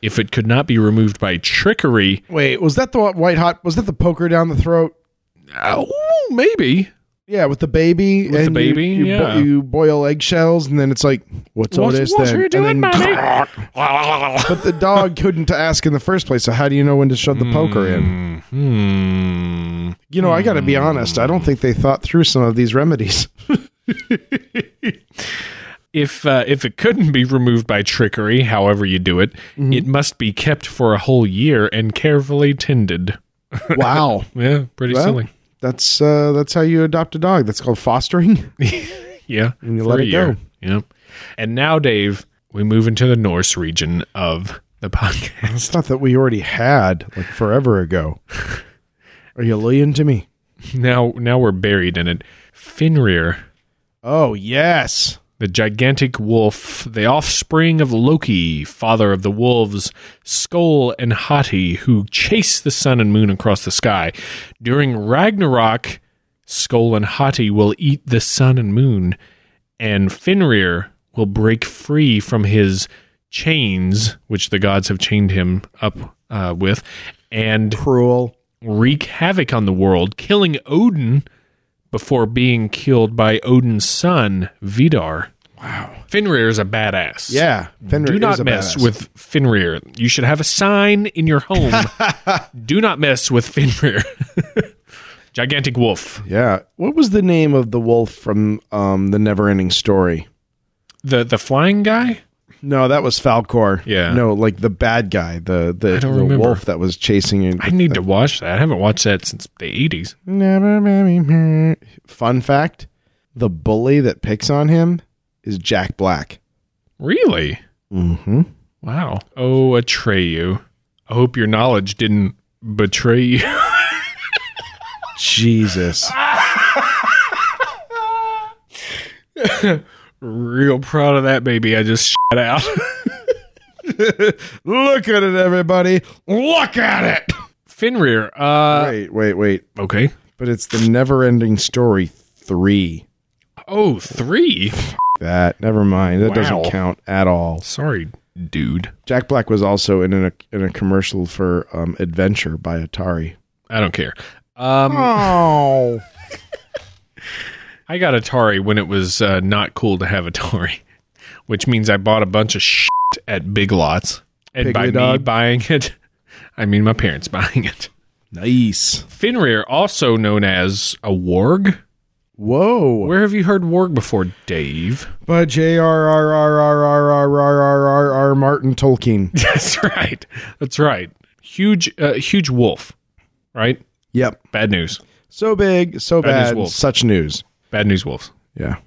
[SPEAKER 2] if it could not be removed by trickery,
[SPEAKER 3] Wait, was that the white hot? Was that the poker down the throat?
[SPEAKER 2] oh, maybe.
[SPEAKER 3] Yeah, with the baby. With
[SPEAKER 2] the baby,
[SPEAKER 3] you, you, bo-
[SPEAKER 2] yeah.
[SPEAKER 3] you boil eggshells, and then it's like, what's all
[SPEAKER 2] What's-
[SPEAKER 3] this?
[SPEAKER 2] what's
[SPEAKER 3] then?
[SPEAKER 2] you doing,
[SPEAKER 3] and then,
[SPEAKER 2] mommy?
[SPEAKER 3] But the dog couldn't ask in the first place. So how do you know when to shove the poker in?
[SPEAKER 2] Hmm.
[SPEAKER 3] You know, I got to be honest. I don't think they thought through some of these remedies.
[SPEAKER 2] if uh, if it couldn't be removed by trickery, however you do it,
[SPEAKER 3] Mm-hmm.
[SPEAKER 2] it must be kept for a whole year and carefully tended.
[SPEAKER 3] Wow,
[SPEAKER 2] Yeah, pretty
[SPEAKER 3] Well,
[SPEAKER 2] silly.
[SPEAKER 3] that's uh, that's how you adopt a dog. That's called fostering.
[SPEAKER 2] Yeah,
[SPEAKER 3] and you
[SPEAKER 2] for
[SPEAKER 3] let
[SPEAKER 2] a
[SPEAKER 3] it
[SPEAKER 2] year.
[SPEAKER 3] go.
[SPEAKER 2] Yep. And now, Dave, we move into the Norse region of the podcast.
[SPEAKER 3] It's not that we already had like forever ago. Are you lying to me?
[SPEAKER 2] now, now we're buried in it. Finrir,
[SPEAKER 3] Oh yes.
[SPEAKER 2] the gigantic wolf, the offspring of Loki, father of the wolves, Skoll and Hati, who chase the sun and moon across the sky. During Ragnarok, Skoll and Hati will eat the sun and moon, and Fenrir will break free from his chains, which the gods have chained him up uh, with, and
[SPEAKER 3] Cruel.
[SPEAKER 2] wreak havoc on the world, killing Odin before being killed by Odin's son, Vidar. Wow. Finrir is a badass.
[SPEAKER 3] Yeah. Fenrir
[SPEAKER 2] Do
[SPEAKER 3] is
[SPEAKER 2] not
[SPEAKER 3] a
[SPEAKER 2] mess
[SPEAKER 3] badass.
[SPEAKER 2] with Finrir. You should have a sign in your home. Do not mess with Finrir. Gigantic wolf.
[SPEAKER 3] Yeah. What was the name of the wolf from um the never ending story?
[SPEAKER 2] The the flying guy?
[SPEAKER 3] No, that was Falcor.
[SPEAKER 2] Yeah.
[SPEAKER 3] No, like the bad guy, the the,
[SPEAKER 2] don't
[SPEAKER 3] the
[SPEAKER 2] remember.
[SPEAKER 3] wolf that was chasing you.
[SPEAKER 2] I need to watch that. I haven't watched that since the 80s.
[SPEAKER 3] Never mind. Fun fact the bully that picks on him is Jack Black.
[SPEAKER 2] Really?
[SPEAKER 3] Mm-hmm.
[SPEAKER 2] Wow. Oh, Atreyu. I hope your knowledge didn't betray you.
[SPEAKER 3] Jesus.
[SPEAKER 2] Real proud of that baby. I just shit out.
[SPEAKER 3] Look at it, everybody. Look at it.
[SPEAKER 2] Finrear. Uh,
[SPEAKER 3] Wait, wait, wait.
[SPEAKER 2] Okay.
[SPEAKER 3] But it's the never ending story three.
[SPEAKER 2] Oh, three.
[SPEAKER 3] That never mind. That
[SPEAKER 2] Wow.
[SPEAKER 3] doesn't count at all.
[SPEAKER 2] Sorry, dude.
[SPEAKER 3] Jack Black was also in a in a commercial for um, Adventure by Atari.
[SPEAKER 2] I don't care. Um,
[SPEAKER 3] Oh,
[SPEAKER 2] I got Atari when it was uh, not cool to have Atari, which means I bought a bunch of shit at Big Lots. And
[SPEAKER 3] Piggly
[SPEAKER 2] by me
[SPEAKER 3] dog.
[SPEAKER 2] buying it, I mean my parents buying it.
[SPEAKER 3] nice.
[SPEAKER 2] Finrear, also known as a warg.
[SPEAKER 3] Whoa.
[SPEAKER 2] Where have you heard warg before, Dave?
[SPEAKER 3] But J.R.R.R.R.R.R.R.R. Martin Tolkien.
[SPEAKER 2] That's right. That's right. Huge, uh, huge wolf. Right.
[SPEAKER 3] Yep.
[SPEAKER 2] Bad news.
[SPEAKER 3] So big, so
[SPEAKER 2] Bad news
[SPEAKER 3] bad,
[SPEAKER 2] wolf.
[SPEAKER 3] such news.
[SPEAKER 2] Bad news wolves.
[SPEAKER 3] Yeah.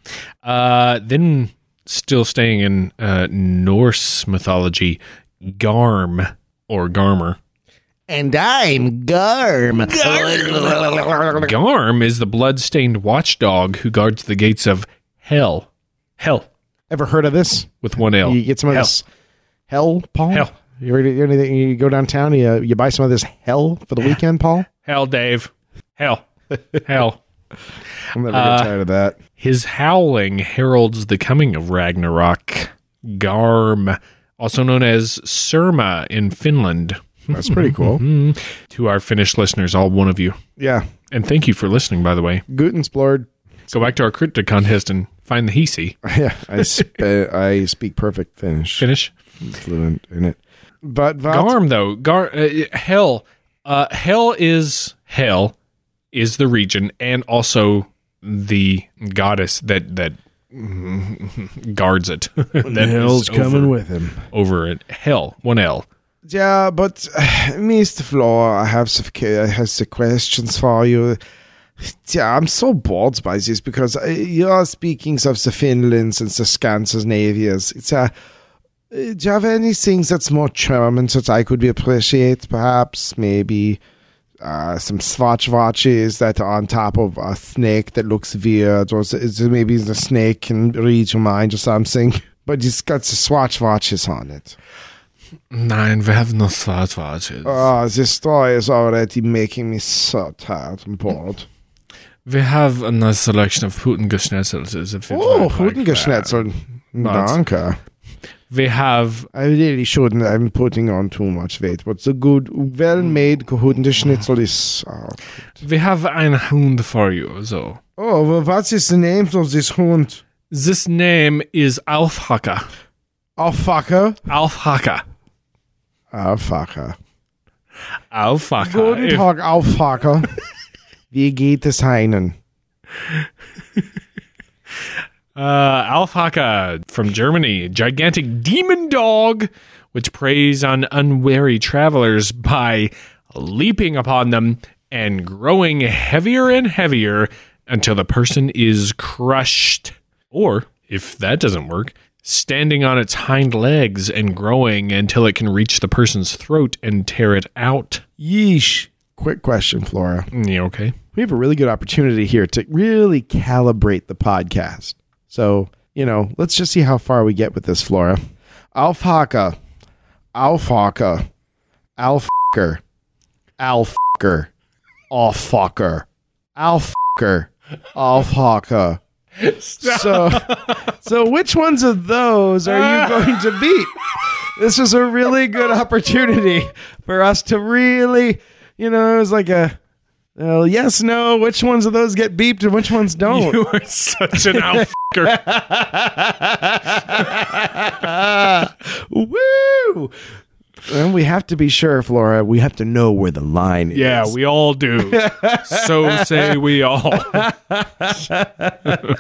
[SPEAKER 2] Uh, then, still staying in uh, Norse mythology, Garm or Garmer.
[SPEAKER 1] And I'm Garm.
[SPEAKER 2] Garm is the blood-stained watchdog who guards the gates of hell. Hell
[SPEAKER 3] Ever heard of this?
[SPEAKER 2] with one L.
[SPEAKER 3] You get some of
[SPEAKER 2] Hell.
[SPEAKER 3] this hell, Paul?
[SPEAKER 2] Hell.
[SPEAKER 3] You ready anything? You go downtown, you, you buy some of this hell for the weekend, Paul?
[SPEAKER 2] Hell, Dave. Hell. Hell.
[SPEAKER 3] I'm never
[SPEAKER 2] Uh.
[SPEAKER 3] get tired of that.
[SPEAKER 2] His howling heralds the coming of Ragnarok. Garm, also known as Surma in Finland.
[SPEAKER 3] That's pretty cool.
[SPEAKER 2] Mm-hmm. To our Finnish listeners, all one of you.
[SPEAKER 3] yeah.
[SPEAKER 2] And thank you for listening, by the way.
[SPEAKER 3] Gutensplored.
[SPEAKER 2] Go back to our crypto contest and find the Hisi.
[SPEAKER 3] Yeah. I, sp- I speak perfect Finnish.
[SPEAKER 2] Finish.
[SPEAKER 3] Fluent in it. But Vat-
[SPEAKER 2] Garm though, Gar uh, hell, uh, hell is hell is the region and also the goddess that that mm, guards it. that
[SPEAKER 3] hell's
[SPEAKER 2] is
[SPEAKER 3] coming
[SPEAKER 2] over,
[SPEAKER 3] with him.
[SPEAKER 2] over it. Hell, one L.
[SPEAKER 3] Yeah, but Mr. Floor, I have some, I have some questions for you. Yeah, I'm so bored by this because uh, you are speaking of the Finlands and the Scandinavias. It's uh, uh, do you have anything that's more German that I could appreciate? Perhaps, maybe uh, some Swatchwatches that are on top of a snake that looks weird, or the, is it maybe the snake can read your mind or something. But it's got the Swatchwatches on it.
[SPEAKER 2] Nein, wir haben noch Schwarzwatches.
[SPEAKER 3] Oh, this story is already making me so tired and bored.
[SPEAKER 2] we have a nice selection of Hutengeschnetzels.
[SPEAKER 3] Oh, Hudengeschnetzel.
[SPEAKER 2] Nice.
[SPEAKER 3] Danke.
[SPEAKER 2] We have
[SPEAKER 3] I really shouldn't. I'm putting on too much weight, but the good, well-made Hudengeschnetzel is... Uh,
[SPEAKER 2] we have ein Hund for you. So
[SPEAKER 3] oh, well, what is the name of this hund?
[SPEAKER 2] this name is Alfhaka.
[SPEAKER 3] Oh, fucker.
[SPEAKER 2] Alfhaka.
[SPEAKER 3] Oh, fucker.
[SPEAKER 2] Alfhaka.
[SPEAKER 3] Guten
[SPEAKER 2] Ah, If-
[SPEAKER 3] Tag, oh, fucker. Wie geht es Heinen?
[SPEAKER 2] Uh, Alfaka from Germany, gigantic demon dog, which preys on unwary travelers by leaping upon them and growing heavier and heavier until the person is crushed. Or, if that doesn't work, standing on its hind legs and growing until it can reach the person's throat and tear it out. Mm,
[SPEAKER 3] Yeesh. Quick question, Flora.
[SPEAKER 2] Yeah, okay.
[SPEAKER 3] we have a really good opportunity here to really calibrate the podcast. So, you know, let's just see how far we get with this, Flora. Alfaka, alfaka, alfaker, alfaker, alfaker, alfaker, alfaka. So, so which ones of those are you going to beat? This is a really good opportunity for us to really, you know, it was like a well, yes, no. Which ones of those get beeped and which ones don't?
[SPEAKER 2] You are such an Alfaka.
[SPEAKER 3] Woo! And we have to be sure, Flora. We have to know where the line is.
[SPEAKER 2] Yeah, we all do. so say we all. Uh,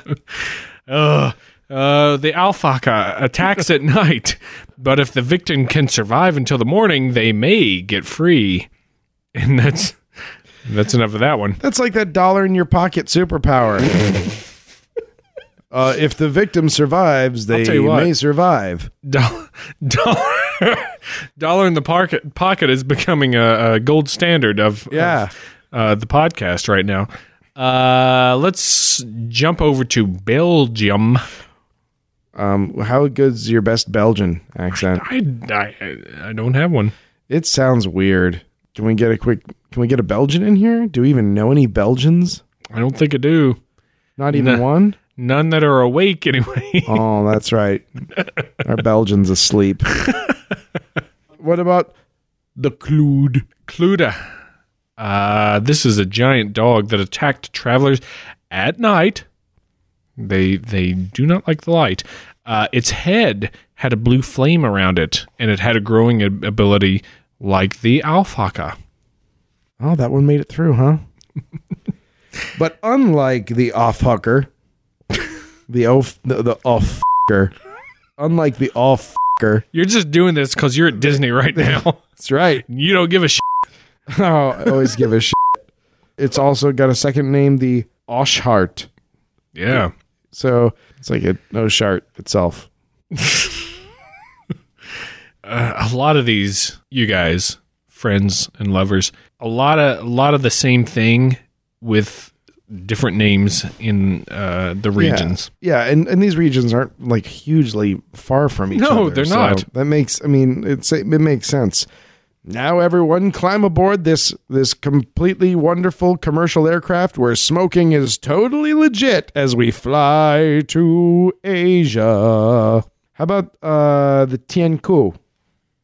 [SPEAKER 2] Ugh. Uh, the alfaka attacks at night, but if the victim can survive until the morning, they may get free. And that's that's enough of that one.
[SPEAKER 3] That's like that dollar in your pocket superpower. uh, if the victim survives, they
[SPEAKER 2] tell you what.
[SPEAKER 3] may survive.
[SPEAKER 2] Dollar, dollar, dollar in the pocket pocket is becoming a, a gold standard of
[SPEAKER 3] Yeah.
[SPEAKER 2] of, uh, the podcast right now. Uh, let's jump over to Belgium.
[SPEAKER 3] Um, how good's your best Belgian accent?
[SPEAKER 2] I, I, I don't have one.
[SPEAKER 3] It sounds weird. Can we get a quick? Can we get a Belgian in here? Do we even know any Belgians?
[SPEAKER 2] I don't think I do.
[SPEAKER 3] Not even
[SPEAKER 2] Nah.
[SPEAKER 3] one.
[SPEAKER 2] None that are awake, anyway.
[SPEAKER 3] Oh, that's right. Our Belgian's asleep. what about the Clued?
[SPEAKER 2] Cluda. Uh, this is a giant dog that attacked travelers at night. They they do not like the light. Uh, its head had a blue flame around it, and it had a growing ab- ability like the alfalfa.
[SPEAKER 3] Oh, that one made it through, huh? but unlike the off hooker, the off the, the off fucker, unlike the off fucker,
[SPEAKER 2] You're just doing this because you're at Disney right now.
[SPEAKER 3] that's right.
[SPEAKER 2] you don't give a shit.
[SPEAKER 3] Oh, I always give a shit. It's also got a second name, the Oshart.
[SPEAKER 2] Yeah.
[SPEAKER 3] So it's like an Oshart itself.
[SPEAKER 2] a lot of these you guys friends and lovers a lot of a lot of the same thing with different names in uh the regions
[SPEAKER 3] Yeah, and, and these regions aren't like hugely far from each other.
[SPEAKER 2] No, they're
[SPEAKER 3] so
[SPEAKER 2] not.
[SPEAKER 3] That makes I mean it's it makes sense. Now everyone climb aboard this this completely wonderful commercial aircraft where smoking is totally legit as we fly to Asia. How about uh the Tianku?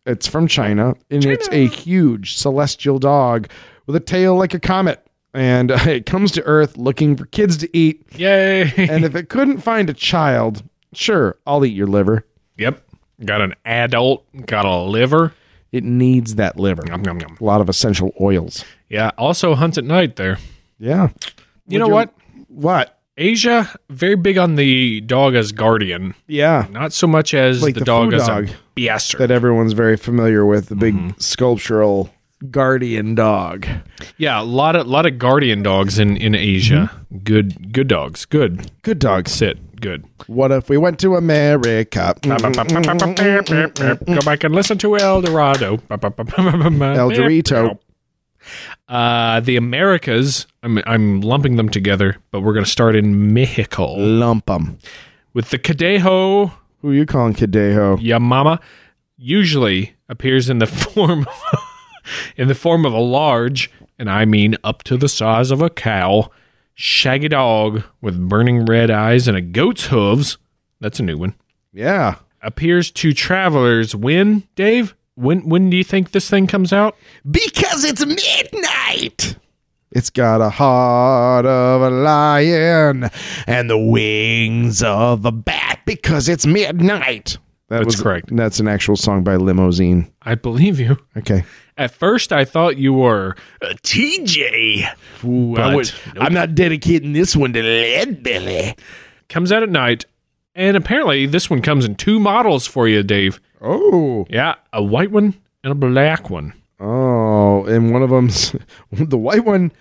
[SPEAKER 3] It's from China, and it's a huge celestial dog with a tail like a comet. And uh, it comes to Earth looking for kids to eat
[SPEAKER 2] yay
[SPEAKER 3] and if it couldn't find a child, sure, I'll eat your liver.
[SPEAKER 2] yep got an adult got a liver
[SPEAKER 3] It needs that liver.
[SPEAKER 2] Yum, yum, yum.
[SPEAKER 3] A lot of essential oils.
[SPEAKER 2] yeah also hunts at night there
[SPEAKER 3] Yeah.
[SPEAKER 2] you know what
[SPEAKER 3] What?
[SPEAKER 2] asia very big on the dog as guardian
[SPEAKER 3] Yeah.
[SPEAKER 2] not so much as
[SPEAKER 3] Like
[SPEAKER 2] the,
[SPEAKER 3] the
[SPEAKER 2] dog
[SPEAKER 3] food
[SPEAKER 2] as
[SPEAKER 3] dog.
[SPEAKER 2] a bastard
[SPEAKER 3] That everyone's very familiar with the big sculptural guardian dog.
[SPEAKER 2] yeah a lot of lot of guardian dogs in in asia good good dogs good
[SPEAKER 3] Mm-hmm. Good dogs.
[SPEAKER 2] sit good
[SPEAKER 3] What if we went to America?
[SPEAKER 2] Go back and listen to El Dorado.
[SPEAKER 3] El
[SPEAKER 2] El
[SPEAKER 3] Dorito.
[SPEAKER 2] Uh, the Americas, I'm, I'm lumping them together, but we're going to start in Mexico
[SPEAKER 3] Lump 'em.
[SPEAKER 2] with the Cadejo
[SPEAKER 3] Who you calling Cadejo?
[SPEAKER 2] Yamama. Usually appears in the form of, in the form of a large, and I mean up to the size of a cow, shaggy dog with burning red eyes and a goat's hooves. That's a new one.
[SPEAKER 3] Yeah.
[SPEAKER 2] appears to travelers when Dave when when do you think this thing comes out?
[SPEAKER 1] Because it's midnight!
[SPEAKER 3] It's got a heart of a lion.
[SPEAKER 1] And the wings of a bat because it's midnight!
[SPEAKER 3] That
[SPEAKER 2] That's correct.
[SPEAKER 3] That's an actual song by Limousine.
[SPEAKER 2] I believe you.
[SPEAKER 3] Okay.
[SPEAKER 2] At first, I thought you were.
[SPEAKER 1] Uh, TJ!
[SPEAKER 2] Ooh,
[SPEAKER 1] I was- I'm not dedicating this one to Leadbelly.
[SPEAKER 2] comes out at night, and apparently this one comes in two models for you, Dave.
[SPEAKER 3] Oh.
[SPEAKER 2] Yeah, a white one and a black one.
[SPEAKER 3] Oh, and one of them's the white one.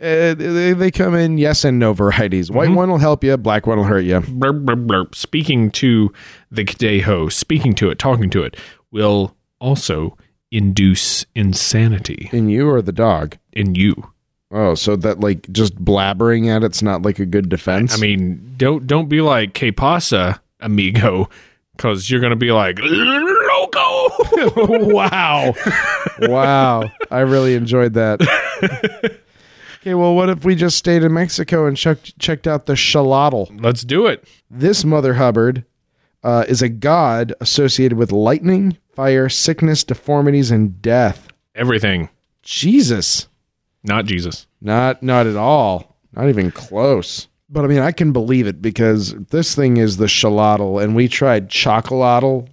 [SPEAKER 3] Uh, they, they come in yes and no varieties. White
[SPEAKER 1] Mm-hmm.
[SPEAKER 3] one will help you, black one will hurt you.
[SPEAKER 2] Blurp, blurp, blurp. Speaking to the Kadeho, speaking to it, talking to it, will also induce insanity
[SPEAKER 3] In you or the dog.
[SPEAKER 2] in you.
[SPEAKER 3] Oh, so that like just blabbering at it's not like a good defense.
[SPEAKER 2] I mean, don't don't be like que pasa, amigo, because you're gonna be like loco. wow.
[SPEAKER 3] wow, I really enjoyed that. okay, well, what if we just stayed in Mexico and checked checked out the shalottl?
[SPEAKER 2] Let's do it.
[SPEAKER 3] This Mother Hubbard uh, is a god associated with lightning, fire, sickness, deformities, and death.
[SPEAKER 2] Everything,
[SPEAKER 3] Jesus.
[SPEAKER 2] not Jesus.
[SPEAKER 3] Not not at all. Not even close. But I mean, I can believe it because this thing is the shalottl, and we tried chocolatl.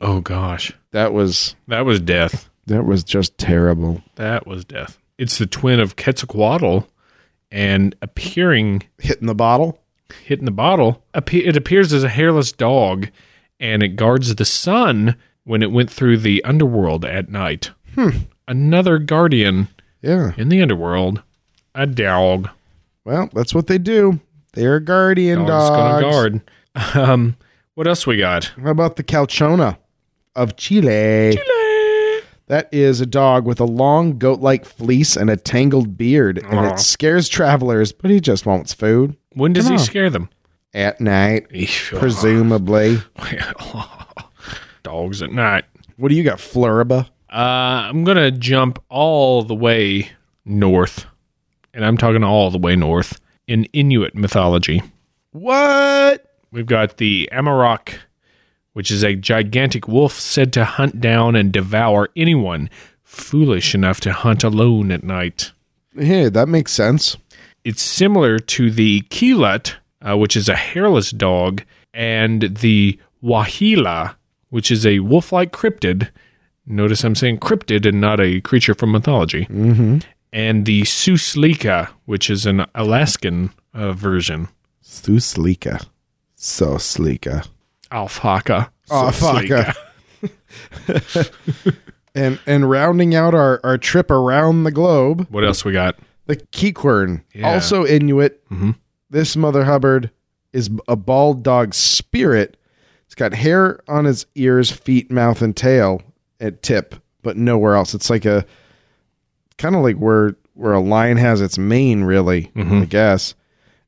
[SPEAKER 2] Oh gosh,
[SPEAKER 3] That was
[SPEAKER 2] that was death.
[SPEAKER 3] that was just terrible.
[SPEAKER 2] That was death. It's the twin of Quetzalcoatl, and appearing
[SPEAKER 3] Hitting the bottle.
[SPEAKER 2] hitting the bottle. appe- It appears as a hairless dog, and it guards the sun when it went through the underworld at night. Hmm. Another guardian
[SPEAKER 3] Yeah.
[SPEAKER 2] in the underworld, a dog.
[SPEAKER 3] Well, that's what they do. They're guardian
[SPEAKER 2] Dog's
[SPEAKER 3] dogs.
[SPEAKER 2] gonna guard. Um, what else we got?
[SPEAKER 3] How about the calchona of Chile? Chile. That is a dog with a long goat like fleece and a tangled beard, and it scares travelers, but he just wants food
[SPEAKER 2] When does he scare them? oh,
[SPEAKER 3] at night, presumably.
[SPEAKER 2] Dogs at night.
[SPEAKER 3] What do you got, Fluriba?
[SPEAKER 2] Uh, I'm gonna jump all the way north, and I'm talking all the way north in Inuit mythology.
[SPEAKER 3] What?
[SPEAKER 2] We've got the Amarok, which is a gigantic wolf said to hunt down and devour anyone foolish enough to hunt alone at night.
[SPEAKER 3] Hey, that makes sense.
[SPEAKER 2] It's similar to the Keelut, uh, which is a hairless dog, and the Wahila, which is a wolf like cryptid. Notice I'm saying cryptid and not a creature from mythology. Mm-hmm. And the Suslika, which is an Alaskan uh, version.
[SPEAKER 3] So sleeka. So sleeka.
[SPEAKER 2] Alfaka.
[SPEAKER 3] Oh, fuck. and and rounding out our, our trip around the globe,
[SPEAKER 2] What else we got?
[SPEAKER 3] the Kikwern,
[SPEAKER 2] Yeah.
[SPEAKER 3] also Inuit. This Mother Hubbard is a bald dog spirit. It's got hair on its ears, feet, mouth, and tail at tip, but nowhere else. It's like a kind of like where where a lion has its mane, really. I guess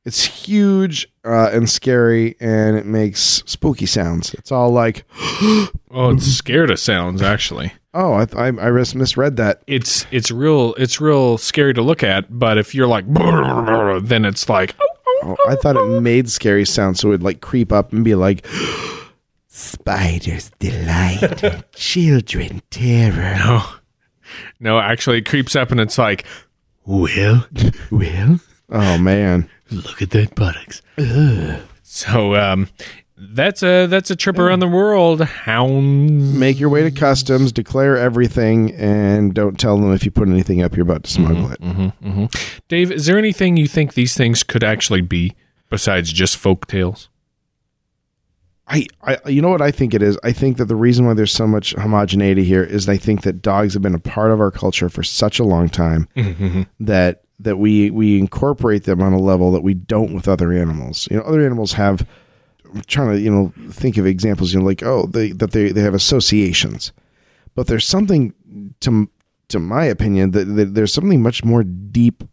[SPEAKER 3] it's huge uh, and scary, and it makes spooky sounds. It's all like,
[SPEAKER 2] Oh, it's scared of sounds actually.
[SPEAKER 3] oh, I I, I mis- misread that.
[SPEAKER 2] It's it's real it's real scary to look at, but if you're like then it's like
[SPEAKER 3] Oh, I thought it made scary sounds, so it would like creep up and be like,
[SPEAKER 1] Spiders delight, and children terror.
[SPEAKER 2] no, actually it creeps up and it's like
[SPEAKER 4] Well, well,
[SPEAKER 3] oh man.
[SPEAKER 4] look at that buttocks.
[SPEAKER 2] so um that's a that's a trip around the world. Hounds.
[SPEAKER 3] make your way to customs, declare everything, and don't tell them if you put anything up you're about to smuggle it.
[SPEAKER 2] Mm-hmm, Dave, is there anything you think these things could actually be besides just folk tales?
[SPEAKER 3] I, I, you know what I think it is. I think that the reason why there's so much homogeneity here is I think that dogs have been a part of our culture for such a long time
[SPEAKER 2] Mm-hmm,
[SPEAKER 3] that that we we incorporate them on a level that we don't with other animals. You know, other animals have. I'm trying to you know think of examples. You know, like oh, they that they they have associations, but there's something to to my opinion that, that there's something much more deep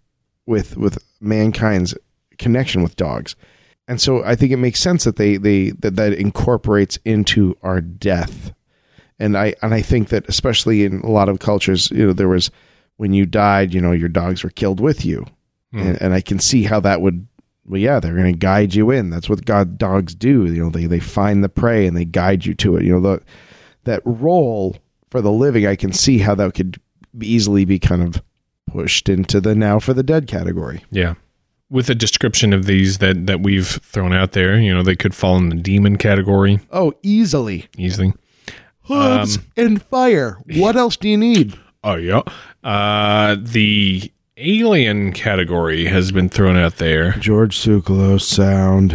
[SPEAKER 3] with with mankind's connection with dogs and so I think it makes sense that they they that that incorporates into our death, and I and I think that especially in a lot of cultures, you know, there was when you died, you know, your dogs were killed with you, and, and I can see how that would. Well, yeah, they're going to guide you in. That's what God dogs do. You know, they they find the prey and they guide you to it. You know, the, that role for the living, I can see how that could easily be kind of pushed into the now for the dead category.
[SPEAKER 2] Yeah. With a description of these that that we've thrown out there, you know, they could fall in the demon category
[SPEAKER 3] Oh, easily.
[SPEAKER 2] easily.
[SPEAKER 3] hooves and fire. What else do you need?
[SPEAKER 2] Oh yeah. Uh, the alien category has been thrown out there.
[SPEAKER 3] George Sukalo sound.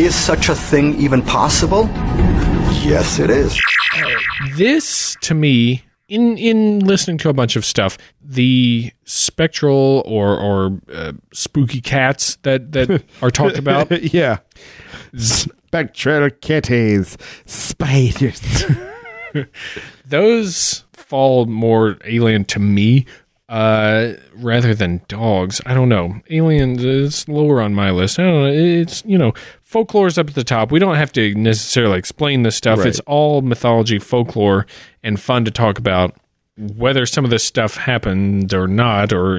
[SPEAKER 5] Is such a thing even possible? Yes, it is.
[SPEAKER 2] This to me, in in listening to a bunch of stuff, the spectral or or uh, spooky cats that that are talked about.
[SPEAKER 3] yeah. Spectral kitties. Spiders.
[SPEAKER 2] those fall more alien to me uh rather than dogs i don't know aliens is lower on my list i don't know it's you know folklore's up at the top we don't have to necessarily explain this stuff it's all mythology folklore and fun to talk about whether some of this stuff happened or not or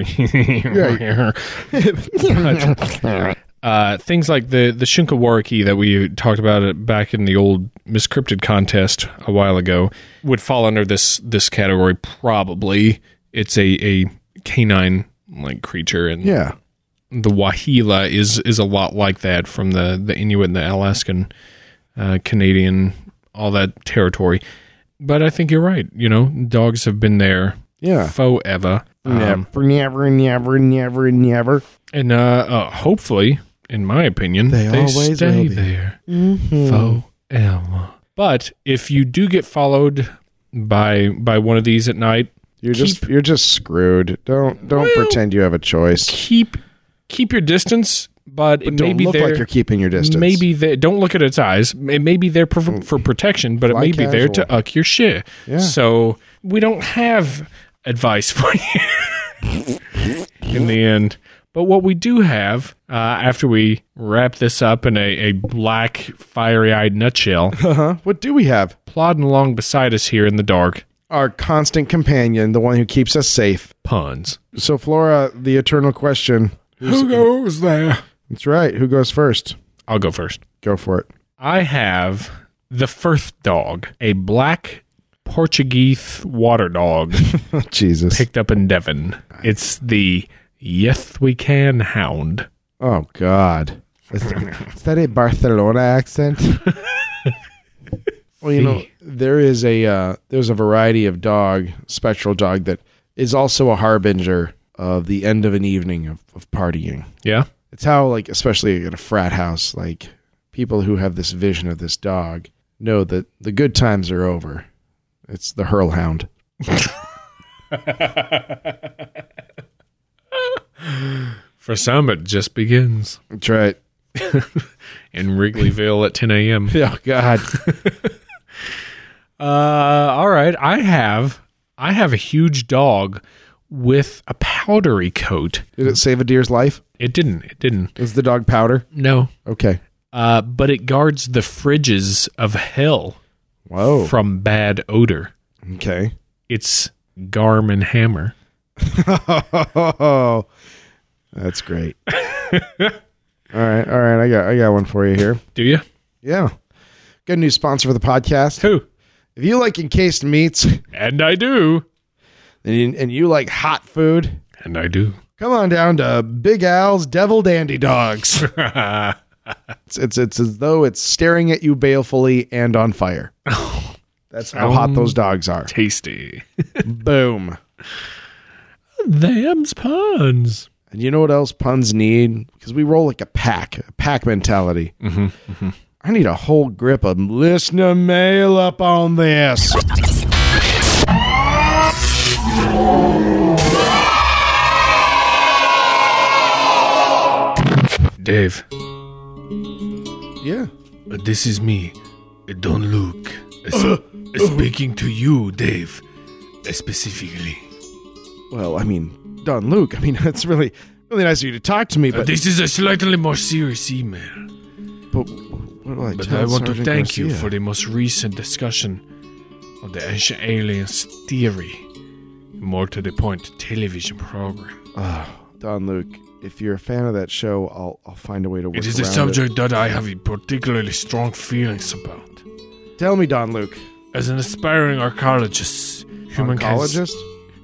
[SPEAKER 2] uh, things like the the Shinkawaraki that we talked about it back in the old miscrypted contest a while ago would fall under this this category. Probably it's a a canine like creature, and
[SPEAKER 3] Yeah.
[SPEAKER 2] the Wahila is is a lot like that from the the Inuit, and the Alaskan, uh, Canadian, all that territory. But I think you're right. You know, dogs have been there
[SPEAKER 3] Yeah.
[SPEAKER 2] forever. Um,
[SPEAKER 3] never, never, never, never, never.
[SPEAKER 2] and uh, uh, hopefully, in my opinion, they,
[SPEAKER 3] always
[SPEAKER 2] stay
[SPEAKER 3] will be. Mm-hmm.
[SPEAKER 2] there forever. But if you do get followed by by one of these at night,
[SPEAKER 3] You're just you're just screwed. Don't don't pretend you have a choice.
[SPEAKER 2] keep keep your distance.
[SPEAKER 6] but, it may
[SPEAKER 3] Don't
[SPEAKER 6] be
[SPEAKER 3] look
[SPEAKER 6] there.
[SPEAKER 3] like you're keeping your distance.
[SPEAKER 6] Maybe they don't look at its eyes. It may be there for, for protection, but it may be there to uck your shit. So we don't have advice for you in the end. But what we do have, uh, after we wrap this up in a, a black, fiery eyed nutshell,
[SPEAKER 3] What do we have?
[SPEAKER 6] plodding along beside us here in the dark,
[SPEAKER 3] Our constant companion, the one who keeps us safe.
[SPEAKER 6] puns.
[SPEAKER 3] So, Flora, the eternal question.
[SPEAKER 6] Who goes there?
[SPEAKER 3] That's right. Who goes first?
[SPEAKER 6] I'll go first.
[SPEAKER 3] Go for it.
[SPEAKER 6] I have the Firth dog, a black Portuguese water dog
[SPEAKER 3] Jesus.
[SPEAKER 6] picked up in Devon. It's the Yes We Can Hound.
[SPEAKER 3] Oh God. Is, is that a Barcelona accent? well, you know, there is a uh, there's a variety of dog, spectral dog that is also a harbinger of the end of an evening of, of partying.
[SPEAKER 6] Yeah?
[SPEAKER 3] It's how like especially at a frat house, like people who have this vision of this dog know that the good times are over. It's the hurl hound.
[SPEAKER 6] For some, it just begins
[SPEAKER 3] That's right.
[SPEAKER 6] in Wrigleyville at 10 a.m.
[SPEAKER 3] Oh God.
[SPEAKER 6] Uh, all right. I have I have a huge dog with a powdery coat.
[SPEAKER 3] Did it save a deer's life?
[SPEAKER 6] It didn't. It didn't.
[SPEAKER 3] Is the dog powder?
[SPEAKER 6] No.
[SPEAKER 3] Okay.
[SPEAKER 6] Uh, but it guards the fridges of hell
[SPEAKER 3] Whoa.
[SPEAKER 6] from bad odor.
[SPEAKER 3] Okay.
[SPEAKER 6] It's Garmin Hammer.
[SPEAKER 3] Oh, that's great. all right, all right. I got I got one for you here.
[SPEAKER 6] Do you?
[SPEAKER 3] Yeah, got a new sponsor for the podcast.
[SPEAKER 6] Who?
[SPEAKER 3] If you like encased meats and
[SPEAKER 6] And I do.
[SPEAKER 3] you, and you like hot food,
[SPEAKER 6] And I do.
[SPEAKER 3] come on down to Big Al's Devil Dandy Dogs. it's, it's it's as though it's staring at you balefully and on fire. That's how hot those dogs are.
[SPEAKER 6] Tasty.
[SPEAKER 3] Boom.
[SPEAKER 6] Them's puns.
[SPEAKER 3] And you know what else puns need? Because we roll like a pack, a pack mentality.
[SPEAKER 2] Mm-hmm,
[SPEAKER 3] I need a whole grip of listener mail up on this.
[SPEAKER 2] Dave,
[SPEAKER 3] Yeah.
[SPEAKER 2] this is me, Don Luke, s- speaking to you, Dave, specifically.
[SPEAKER 3] Well, I mean, Don Luke, I mean, that's really, really nice of you to talk to me, but,
[SPEAKER 2] Uh, This is a slightly more serious email,
[SPEAKER 3] but what do I
[SPEAKER 2] but
[SPEAKER 3] tell
[SPEAKER 2] I want to
[SPEAKER 3] Sergeant
[SPEAKER 2] thank you
[SPEAKER 3] Garcia?
[SPEAKER 2] for the most recent discussion of the ancient aliens theory. More to the point, television program.
[SPEAKER 3] Ah, Don Luke. If you're a fan of that show, I'll, I'll find a way to work
[SPEAKER 2] It is a
[SPEAKER 3] around
[SPEAKER 2] subject that I have particularly strong feelings about.
[SPEAKER 3] it. Tell me, Don Luke,
[SPEAKER 2] As an aspiring archaeologist, humankind's,
[SPEAKER 3] oncologist.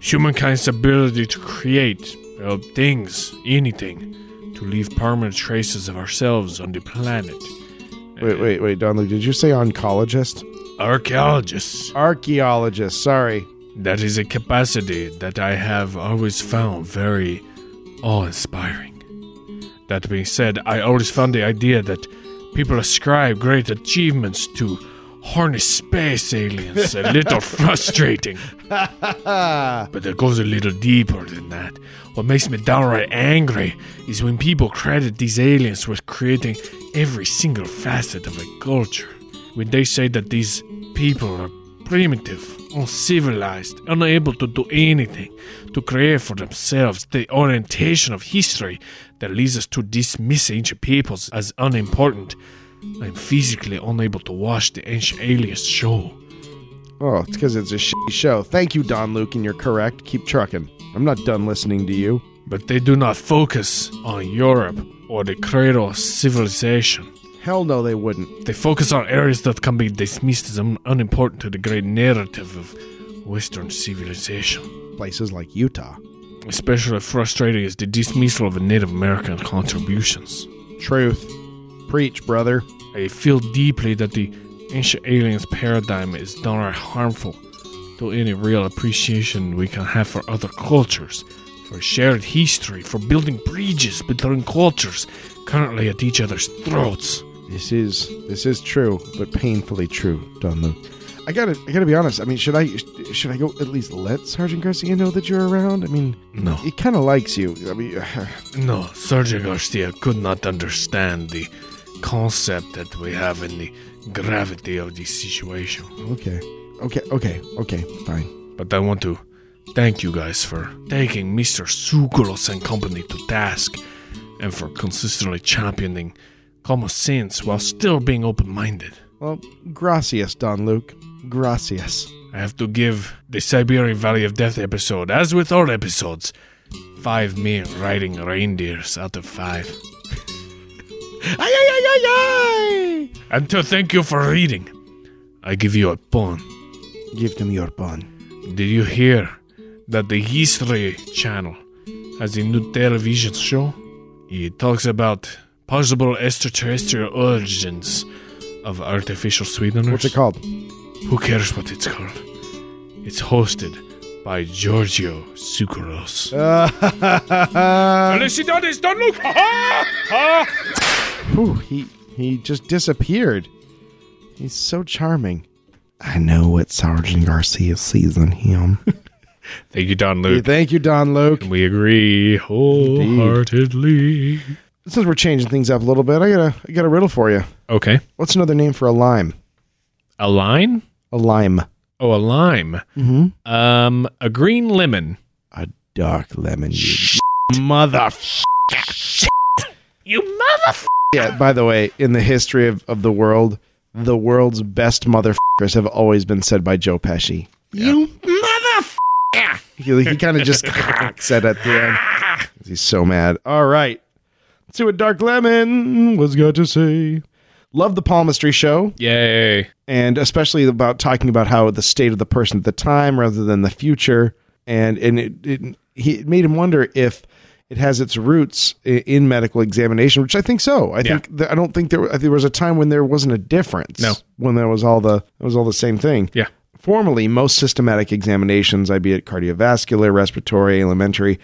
[SPEAKER 2] humankind's ability to create well, things, anything, to leave permanent traces of ourselves on the planet.
[SPEAKER 3] Wait, wait, wait, Don Luke. Did you say oncologist?
[SPEAKER 2] Uh, Archaeologists,
[SPEAKER 3] Archaeologist. Sorry.
[SPEAKER 2] that is a capacity that I have always found very awe inspiring. That being said, I always found the idea that people ascribe great achievements to horny space aliens a little frustrating. But it goes a little deeper than that. What makes me downright angry is when people credit these aliens with creating every single facet of a culture. When they say that these people are primitive, uncivilized, unable to do anything, to create for themselves the orientation of history that leads us to dismiss ancient peoples as unimportant. I'm physically unable to watch the ancient aliens show.
[SPEAKER 3] Oh, it's because it's a shitty show. Thank you, Don Luke, and you're correct. Keep trucking. I'm not done listening to you.
[SPEAKER 2] but they do not focus on Europe or the cradle of civilization.
[SPEAKER 3] Hell no, they wouldn't.
[SPEAKER 2] They focus on areas that can be dismissed as un- unimportant to the great narrative of Western civilization.
[SPEAKER 3] Places like Utah.
[SPEAKER 2] Especially frustrating is the dismissal of Native American contributions.
[SPEAKER 3] Truth. Preach, brother.
[SPEAKER 2] I feel deeply that the ancient aliens paradigm is downright harmful to any real appreciation we can have for other cultures, for shared history, for building bridges between cultures currently at each other's throats.
[SPEAKER 3] This is this is true, but painfully true, Don Luke. I gotta, I gotta be honest. I mean, should I, should I go at least let Sergeant Garcia know that you're around? I mean,
[SPEAKER 4] No.
[SPEAKER 3] he kind of likes you. I mean,
[SPEAKER 4] No, Sergio Garcia could not understand the concept that we have and the gravity of the situation.
[SPEAKER 3] okay, okay, okay, okay, fine.
[SPEAKER 4] But I want to thank you guys for taking Mr. Sukuros and company to task and for consistently championing common sense while still being open minded.
[SPEAKER 3] Well, gracias, Don Luke. Gracias.
[SPEAKER 4] I have to give the Siberian Valley of Death episode, as with all episodes, five mere riding reindeers out of five. And to thank you for reading, I give you a pawn.
[SPEAKER 3] Give them your bun.
[SPEAKER 4] Did you hear that the History Channel has a new television show? It talks about possible extraterrestrial origins of artificial sweeteners.
[SPEAKER 3] What's it called?
[SPEAKER 4] Who cares what it's called? It's hosted by Giorgio Sucros. Unless you don't, it's Don Luke.
[SPEAKER 3] Whew, he he just disappeared. He's so charming. I know what Sergeant Garcia sees in him.
[SPEAKER 4] Thank you, Don Luke.
[SPEAKER 3] Thank you, Don Luke.
[SPEAKER 4] We agree wholeheartedly.
[SPEAKER 3] Since we're changing things up a little bit, I got a I got a riddle for you.
[SPEAKER 4] Okay.
[SPEAKER 3] What's another name for a lime?
[SPEAKER 4] A line?
[SPEAKER 3] A lime.
[SPEAKER 4] Oh, a lime. Mm-hmm. Um, a green lemon.
[SPEAKER 3] A dark lemon. You mother.
[SPEAKER 4] You motherfucker!
[SPEAKER 3] Yeah. By the way, in the history of, of the world, the world's best motherfuckers have always been said by Joe Pesci. You motherfucker! He, he kind of just said at the end. He's so mad. All right. Let's see what Dark Lemon was got to say. Love the palmistry show,
[SPEAKER 2] Yay.
[SPEAKER 3] and especially about talking about how the state of the person at the time rather than the future, and and it, it he it made him wonder if it has its roots i- in medical examination, which I think so. I think that, I don't think there were- there was a time when there wasn't a difference.
[SPEAKER 2] No.
[SPEAKER 3] when there was all the it was all the same thing.
[SPEAKER 2] Yeah.
[SPEAKER 3] Formerly, most systematic examinations, I be it cardiovascular, respiratory, elementary,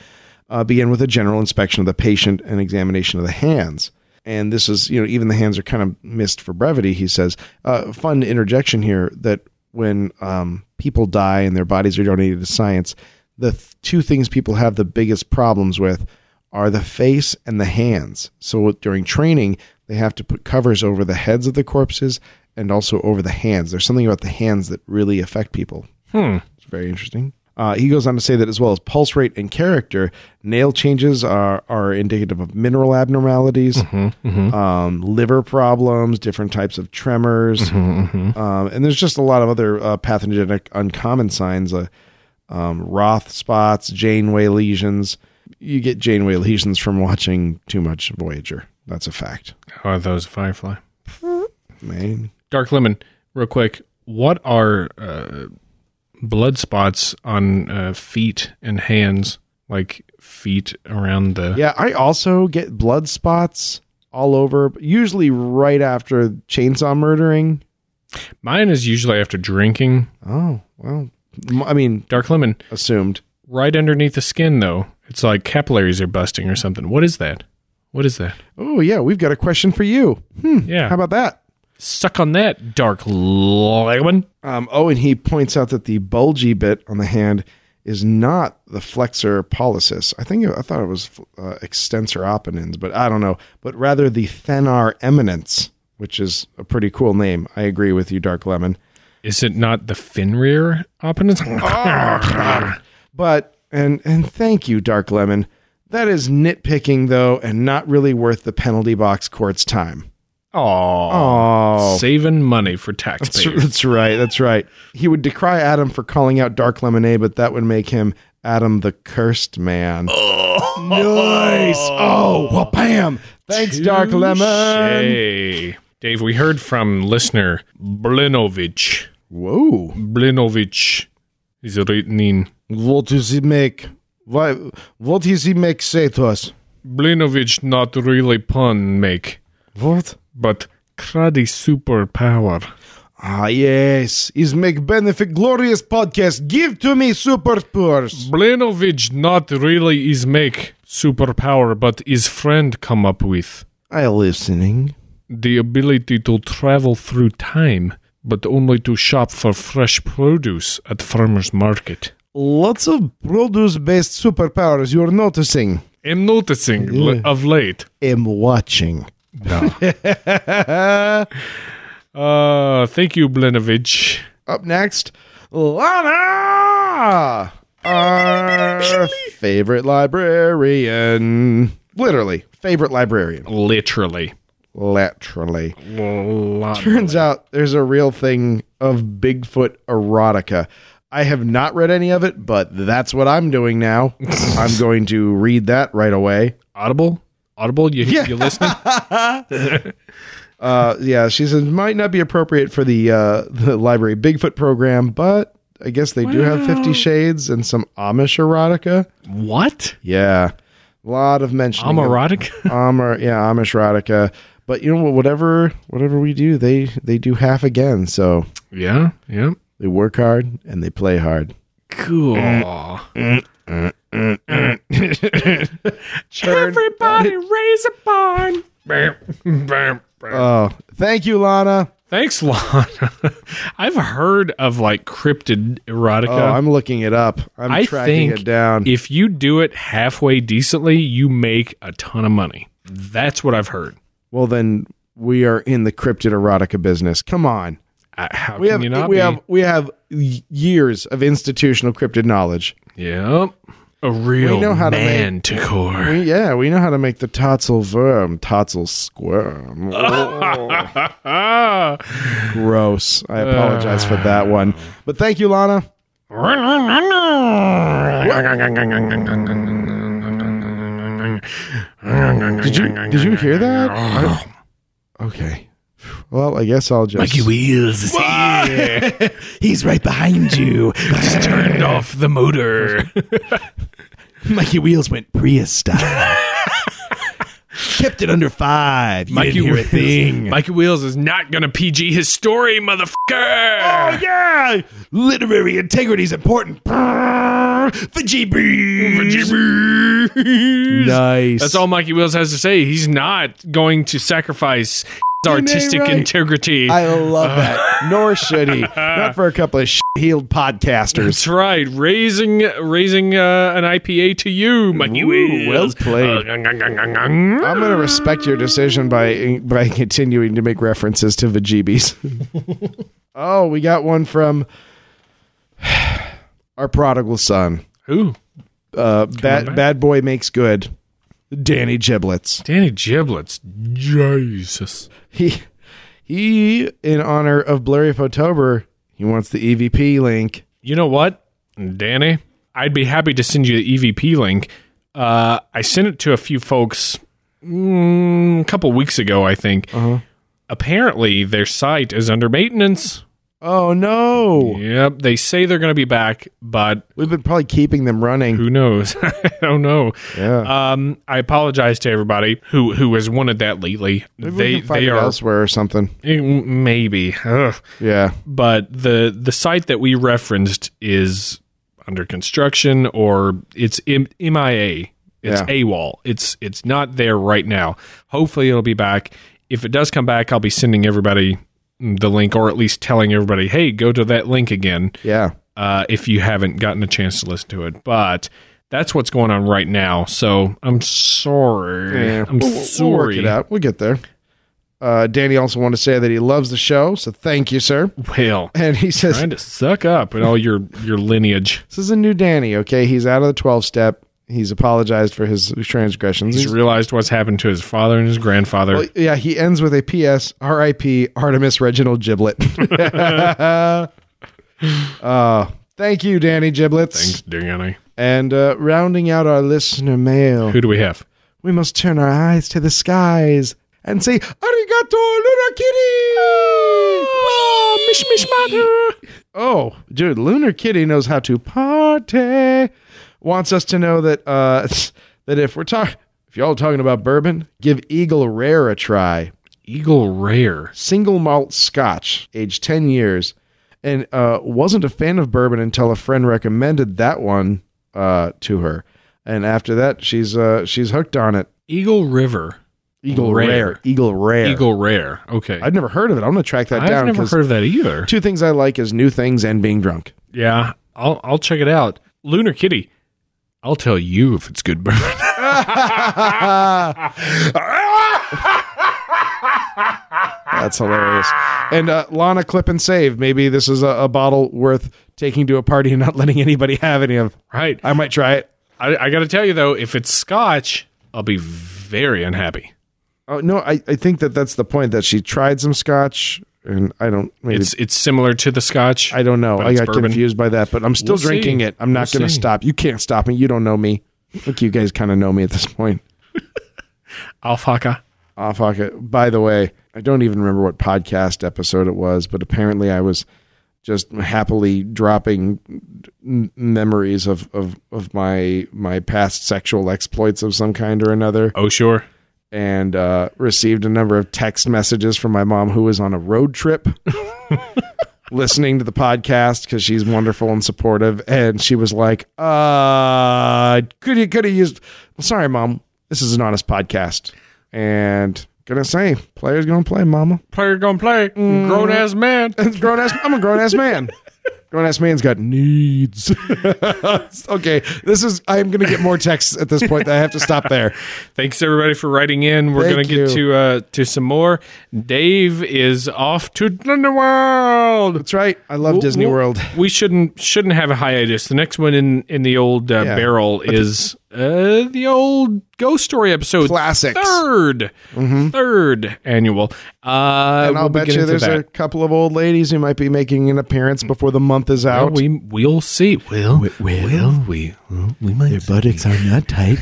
[SPEAKER 3] uh, begin with a general inspection of the patient and examination of the hands. And this is, you know, even the hands are kind of missed for brevity, he says. Uh, fun interjection here that when um, people die and their bodies are donated to science, the th- two things people have the biggest problems with are the face and the hands. So during training, they have to put covers over the heads of the corpses and also over the hands. There's something about the hands that really affect people. It's very interesting. Uh, he goes on to say that as well as pulse rate and character, nail changes are are indicative of mineral abnormalities, Um, liver problems, different types of tremors, Um, and there's just a lot of other uh, pathogenic uncommon signs. Uh, um, Roth spots, Janeway lesions. You get Janeway lesions from watching too much Voyager. That's a fact.
[SPEAKER 2] How are those firefly?
[SPEAKER 3] Man.
[SPEAKER 2] Dark lemon, real quick. What are uh, blood spots on uh, feet and hands? Like feet around the.
[SPEAKER 3] Yeah, I also get blood spots all over, usually right after chainsaw murdering.
[SPEAKER 2] Mine is usually after drinking.
[SPEAKER 3] Oh, well, m- I mean,
[SPEAKER 2] Dark lemon,
[SPEAKER 3] assumed.
[SPEAKER 2] right underneath the skin though. It's like capillaries are busting or something. What is that? What is that?
[SPEAKER 3] Oh, yeah, we've got a question for you. Hmm,
[SPEAKER 2] Yeah.
[SPEAKER 3] How about that?
[SPEAKER 2] Suck on that, dark lemon.
[SPEAKER 3] Um, oh, and he points out that the bulgy bit on the hand is not the flexor pollicis. I think I thought it was uh, extensor opinins, but I don't know. But rather the thenar eminence, which is a pretty cool name. I agree with you, Dark Lemon.
[SPEAKER 2] Is it not the Finrear opponents?
[SPEAKER 3] But and and thank you, Dark Lemon. That is nitpicking though, and not really worth the penalty box court's time.
[SPEAKER 2] Oh, saving money for
[SPEAKER 3] That's,
[SPEAKER 2] taxpayers.
[SPEAKER 3] that's right. That's right. He would decry Adam for calling out Dark Lemonade, but that would make him Adam the Cursed Man. Oh, nice. Oh, well, bam. Thanks, Dark Lemon.
[SPEAKER 2] Hey, Dave, we heard from listener Blinovich.
[SPEAKER 3] Whoa.
[SPEAKER 2] Blinovich is written in.
[SPEAKER 3] What does he make? Why? What does he make say to us?
[SPEAKER 2] Blinovich not really pun make,
[SPEAKER 3] What?
[SPEAKER 2] but cruddy superpower.
[SPEAKER 3] Ah, yes. Is make benefit glorious podcast. Give to me super purse.
[SPEAKER 2] Blinovich not really is make superpower, but his friend come up with
[SPEAKER 3] I listening.
[SPEAKER 2] the ability to travel through time but only to shop for fresh produce at farmer's market.
[SPEAKER 3] Lots of produce based superpowers you're noticing.
[SPEAKER 2] I'm noticing l- of late.
[SPEAKER 3] I'm watching.
[SPEAKER 2] Uh, thank you, Blinovich.
[SPEAKER 3] Up next, Lana! Our favorite librarian. Literally, favorite librarian.
[SPEAKER 2] Literally.
[SPEAKER 3] Literally.
[SPEAKER 2] Lot.
[SPEAKER 3] Turns out there's a real thing of Bigfoot erotica. I have not read any of it, but that's what I'm doing now. I'm going to read that right away.
[SPEAKER 2] Audible? Audible? You, you listening?
[SPEAKER 3] Uh, yeah, she says might not be appropriate for the uh, the library Bigfoot program, but I guess they do have Fifty Shades and some Amish erotica.
[SPEAKER 2] what?
[SPEAKER 3] Yeah, a lot of mentioning.
[SPEAKER 2] I'm
[SPEAKER 3] of-
[SPEAKER 2] erotic?
[SPEAKER 3] Amar, yeah, Amish erotica. But you know what? Whatever, whatever we do, they they do half again. So
[SPEAKER 2] yeah, yeah.
[SPEAKER 3] they work hard and they play hard.
[SPEAKER 2] Cool. Everybody raise a barn.
[SPEAKER 3] Oh, thank you, Lana.
[SPEAKER 2] Thanks, Lana. I've heard of like cryptid erotica.
[SPEAKER 3] Oh, I'm looking it up. I'm
[SPEAKER 2] I
[SPEAKER 3] tracking
[SPEAKER 2] think
[SPEAKER 3] it down.
[SPEAKER 2] if you do it halfway decently, you make a ton of money. That's what I've heard.
[SPEAKER 3] well, then we are in the cryptid erotica business. Come on.
[SPEAKER 2] Uh, How
[SPEAKER 3] We
[SPEAKER 2] can
[SPEAKER 3] have
[SPEAKER 2] you not
[SPEAKER 3] we
[SPEAKER 2] be?
[SPEAKER 3] have we have y- years of institutional cryptid knowledge.
[SPEAKER 2] yep. A real
[SPEAKER 3] know how to make-
[SPEAKER 2] manticore.
[SPEAKER 3] We, yeah, we know how to make the totzel worm, totzel squirm. Gross. I apologize for that one. But thank you, Lana. Did you did you hear that? I- okay. Well, I guess I'll just
[SPEAKER 2] wheels.
[SPEAKER 4] He's right behind you.
[SPEAKER 2] Just turned off the motor.
[SPEAKER 4] Mikey Wheels went Prius style. Kept it under five. You
[SPEAKER 2] Mikey
[SPEAKER 4] didn't hear
[SPEAKER 2] Wheels.
[SPEAKER 4] a thing.
[SPEAKER 2] Mikey Wheels is not gonna PG his story, motherfucker. Oh yeah.
[SPEAKER 4] Literary integrity is important. The
[SPEAKER 3] nice.
[SPEAKER 2] That's all Mikey Wheels has to say. He's not going to sacrifice his artistic
[SPEAKER 3] right.
[SPEAKER 2] integrity.
[SPEAKER 3] I love that. Nor should he. Not for a couple of healed podcasters.
[SPEAKER 2] That's right. Raising raising uh, an IPA to you, Mikey
[SPEAKER 3] Ooh, well
[SPEAKER 2] Wheels. Uh,
[SPEAKER 3] played. I'm going to respect your decision by by continuing to make references to Vajibis. oh, we got one from our prodigal son.
[SPEAKER 2] Who?
[SPEAKER 3] Uh, bad bad boy makes good. Danny Giblets.
[SPEAKER 2] Danny Giblets. Jesus.
[SPEAKER 3] He he in honor of Blurry Photober, he wants the EVP link.
[SPEAKER 2] You know what, Danny? I'd be happy to send you the EVP link. Uh, I sent it to a few folks mm, a couple weeks ago, I think.
[SPEAKER 3] Uh-huh.
[SPEAKER 2] Apparently, their site is under maintenance.
[SPEAKER 3] Oh no.
[SPEAKER 2] Yep, they say they're going to be back, but
[SPEAKER 3] We've been probably keeping them running.
[SPEAKER 2] who knows? I don't know.
[SPEAKER 3] Yeah.
[SPEAKER 2] Um, I apologize to everybody who who has wanted that lately.
[SPEAKER 3] Maybe we
[SPEAKER 2] they
[SPEAKER 3] can find
[SPEAKER 2] they
[SPEAKER 3] it
[SPEAKER 2] are Mm,
[SPEAKER 3] elsewhere or something.
[SPEAKER 2] maybe, Ugh.
[SPEAKER 3] Yeah.
[SPEAKER 2] but the the site that we referenced is under construction or it's M- MIA. It's
[SPEAKER 3] Yeah.
[SPEAKER 2] AWOL. It's it's not there right now. Hopefully, it'll be back. If it does come back, I'll be sending everybody the link, or at least telling everybody, "Hey, go to that link again."
[SPEAKER 3] Yeah.
[SPEAKER 2] uh, if you haven't gotten a chance to listen to it. But that's what's going on right now. So I'm sorry.
[SPEAKER 3] Yeah.
[SPEAKER 2] I'm
[SPEAKER 3] Eh, We'll- we'll work
[SPEAKER 2] sorry.
[SPEAKER 3] it out. We'll get there. Uh, Danny also wanted to say that he loves the show, so thank you, sir.
[SPEAKER 2] well,
[SPEAKER 3] And he says,
[SPEAKER 2] trying to suck up and all your your lineage.
[SPEAKER 3] "This is a new Danny. Okay, he's out of the twelve step. He's apologized for his transgressions.
[SPEAKER 2] He's realized what's happened to his father and his grandfather.
[SPEAKER 3] Well, yeah, he ends with a P.S. R.I.P. Artemis Reginald Giblet. uh, thank you, Danny
[SPEAKER 2] Thanks,
[SPEAKER 3] Giblets.
[SPEAKER 2] Danny.
[SPEAKER 3] And uh, rounding out our listener mail,
[SPEAKER 2] Who do we have?
[SPEAKER 3] we must turn our eyes to the skies and say, "Arigato, Ah, Luna Kitty."
[SPEAKER 2] Mish Mish Matter.
[SPEAKER 3] Oh, dude, Lunar Kitty knows how to party. Wants us to know that uh that if we're talking if y'all are talking about bourbon, give Eagle Rare a try.
[SPEAKER 2] Eagle Rare.
[SPEAKER 3] Single malt scotch, aged 10 years. And uh wasn't a fan of bourbon until a friend recommended that one uh to her. And after that, she's uh she's hooked on it.
[SPEAKER 2] Eagle River.
[SPEAKER 3] Eagle rare. Eagle rare.
[SPEAKER 2] Eagle rare. Okay.
[SPEAKER 3] I'd never heard of it. I'm gonna track that
[SPEAKER 2] I've
[SPEAKER 3] down.
[SPEAKER 2] never
[SPEAKER 3] 'cause
[SPEAKER 2] heard of that either.
[SPEAKER 3] Two things I like is new things and being drunk.
[SPEAKER 2] Yeah, I'll I'll check it out. Lunar Kitty. I'll tell you if it's good bourbon.
[SPEAKER 3] That's hilarious. And uh, Lana, clip and save. Maybe this is a, a bottle worth taking to a party and not letting anybody have any of.
[SPEAKER 2] right.
[SPEAKER 3] I might try it.
[SPEAKER 2] I, I got to tell you though, if it's Scotch, I'll be very unhappy.
[SPEAKER 3] Oh no, I, I think that that's the point that she tried some scotch, and I don't. Maybe
[SPEAKER 2] It's it's similar to the Scotch.
[SPEAKER 3] I don't know.
[SPEAKER 2] but
[SPEAKER 3] I
[SPEAKER 2] it's
[SPEAKER 3] got
[SPEAKER 2] bourbon.
[SPEAKER 3] confused by that, but I'm still
[SPEAKER 2] We'll
[SPEAKER 3] drinking
[SPEAKER 2] see.
[SPEAKER 3] it. I'm not
[SPEAKER 2] We'll
[SPEAKER 3] going to
[SPEAKER 2] see.
[SPEAKER 3] stop. You can't stop me. You don't know me. I think you guys kind of know me at this point.
[SPEAKER 2] alfalfa.
[SPEAKER 3] Oh, fuck it. By the way, I don't even remember what podcast episode it was, but apparently I was just happily dropping n- memories of, of, of my my past sexual exploits of some kind or another
[SPEAKER 2] Oh sure.
[SPEAKER 3] and uh, received a number of text messages from my mom who was on a road trip listening to the podcast because she's wonderful and supportive and she was like uh could you could have used sorry mom this is an honest podcast and gonna say players gonna play mama
[SPEAKER 2] Player gonna play. Grown ass man.
[SPEAKER 3] grown ass i'm a grown-ass man grown-ass man's got needs okay this is i'm gonna get more texts at this point i have to stop there
[SPEAKER 2] Thanks everybody for writing in. We're
[SPEAKER 3] Thank
[SPEAKER 2] gonna get
[SPEAKER 3] you.
[SPEAKER 2] to uh, to some more. Dave is off to Thunderworld.
[SPEAKER 3] that's right i love disney
[SPEAKER 2] Well,
[SPEAKER 3] world
[SPEAKER 2] We shouldn't shouldn't have a hiatus. The next one in in the old uh,
[SPEAKER 3] Yeah.
[SPEAKER 2] barrel is uh, the old Ghost Story episode
[SPEAKER 3] Classics. Mm-hmm.
[SPEAKER 2] 3rd third annual. Uh,
[SPEAKER 3] and I'll
[SPEAKER 2] we'll be
[SPEAKER 3] bet
[SPEAKER 2] getting
[SPEAKER 3] you
[SPEAKER 2] to
[SPEAKER 3] there's
[SPEAKER 2] that.
[SPEAKER 3] a couple of old ladies who might be making an appearance before the month is
[SPEAKER 2] Well,
[SPEAKER 3] out.
[SPEAKER 2] we we'll see. Well, we, well, we we might.
[SPEAKER 7] Their buttocks are not tight.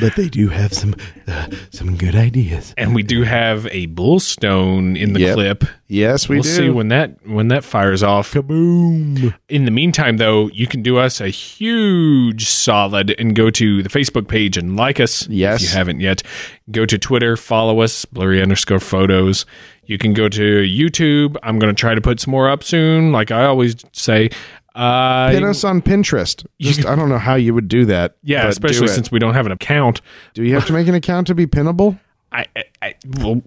[SPEAKER 7] But they do have some uh, some good ideas.
[SPEAKER 2] And we do have a bullstone in the
[SPEAKER 3] Yep.
[SPEAKER 2] clip.
[SPEAKER 3] yes, we
[SPEAKER 2] we'll
[SPEAKER 3] do.
[SPEAKER 2] see when that when that fires off. Kaboom! In the meantime, though, you can do us a huge solid and go to the Facebook page and like us.
[SPEAKER 3] Yes.
[SPEAKER 2] if you haven't yet, go to Twitter, follow us, blurry underscore photos. You can go to YouTube. I'm going to try to put some more up soon, like I always say. Uh,
[SPEAKER 3] Pin us on Pinterest. Just I don't know how you would do that.
[SPEAKER 2] yeah,
[SPEAKER 3] but
[SPEAKER 2] especially
[SPEAKER 3] do it.
[SPEAKER 2] since we don't have an account.
[SPEAKER 3] do you have to make an account to be pinnable?
[SPEAKER 2] I, I, I well,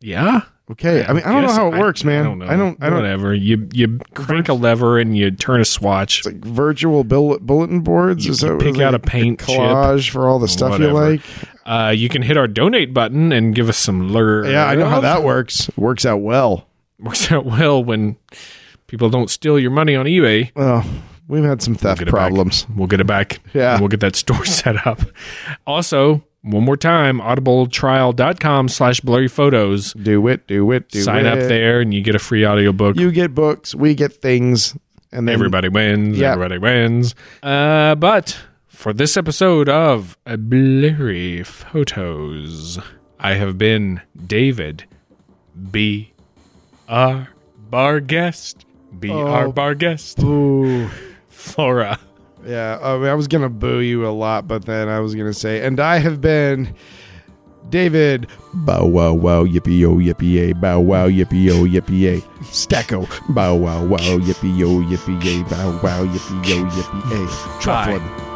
[SPEAKER 2] yeah.
[SPEAKER 3] Okay, I mean I don't know
[SPEAKER 2] Guess-
[SPEAKER 3] how it works, man.
[SPEAKER 2] I don't know.
[SPEAKER 3] I don't. I don't
[SPEAKER 2] Whatever. You you crank a lever and you turn a swatch.
[SPEAKER 3] like virtual bull- bulletin boards. is that
[SPEAKER 2] pick
[SPEAKER 3] is that
[SPEAKER 2] out a paint chip.
[SPEAKER 3] collage for all the stuff you
[SPEAKER 2] Whatever.
[SPEAKER 3] like?
[SPEAKER 2] Uh, you can hit our donate button and give us some lure.
[SPEAKER 3] Yeah, I know how that works. It works out well.
[SPEAKER 2] works out well when people don't steal your money on eBay.
[SPEAKER 3] Well, we've had some theft
[SPEAKER 2] We'll get it back.
[SPEAKER 3] problems.
[SPEAKER 2] We'll get it back.
[SPEAKER 3] Yeah.
[SPEAKER 2] And We'll get that store set up. Also, one more time, audibletrial.com slash blurry photos.
[SPEAKER 3] Do it. Do it. Do
[SPEAKER 2] Sign up
[SPEAKER 3] it.
[SPEAKER 2] there and you get a free audiobook.
[SPEAKER 3] You get books. We get things. And then
[SPEAKER 2] everybody wins.
[SPEAKER 3] Yeah.
[SPEAKER 2] Everybody wins. Uh, but for this episode of Blurry Photos, I have been David B. R. Bar guest. B. R. Bar guest.
[SPEAKER 3] Ooh.
[SPEAKER 2] Flora.
[SPEAKER 3] Yeah, I, mean, I was gonna boo you a lot, but then I was gonna say, and I have been David. Bow wow wow yippee yo yippee yay bow wow yippee yo yippee yay Stacko bow wow wow yippee yo yippee yay bow wow yippee yo yippee yay Trufflin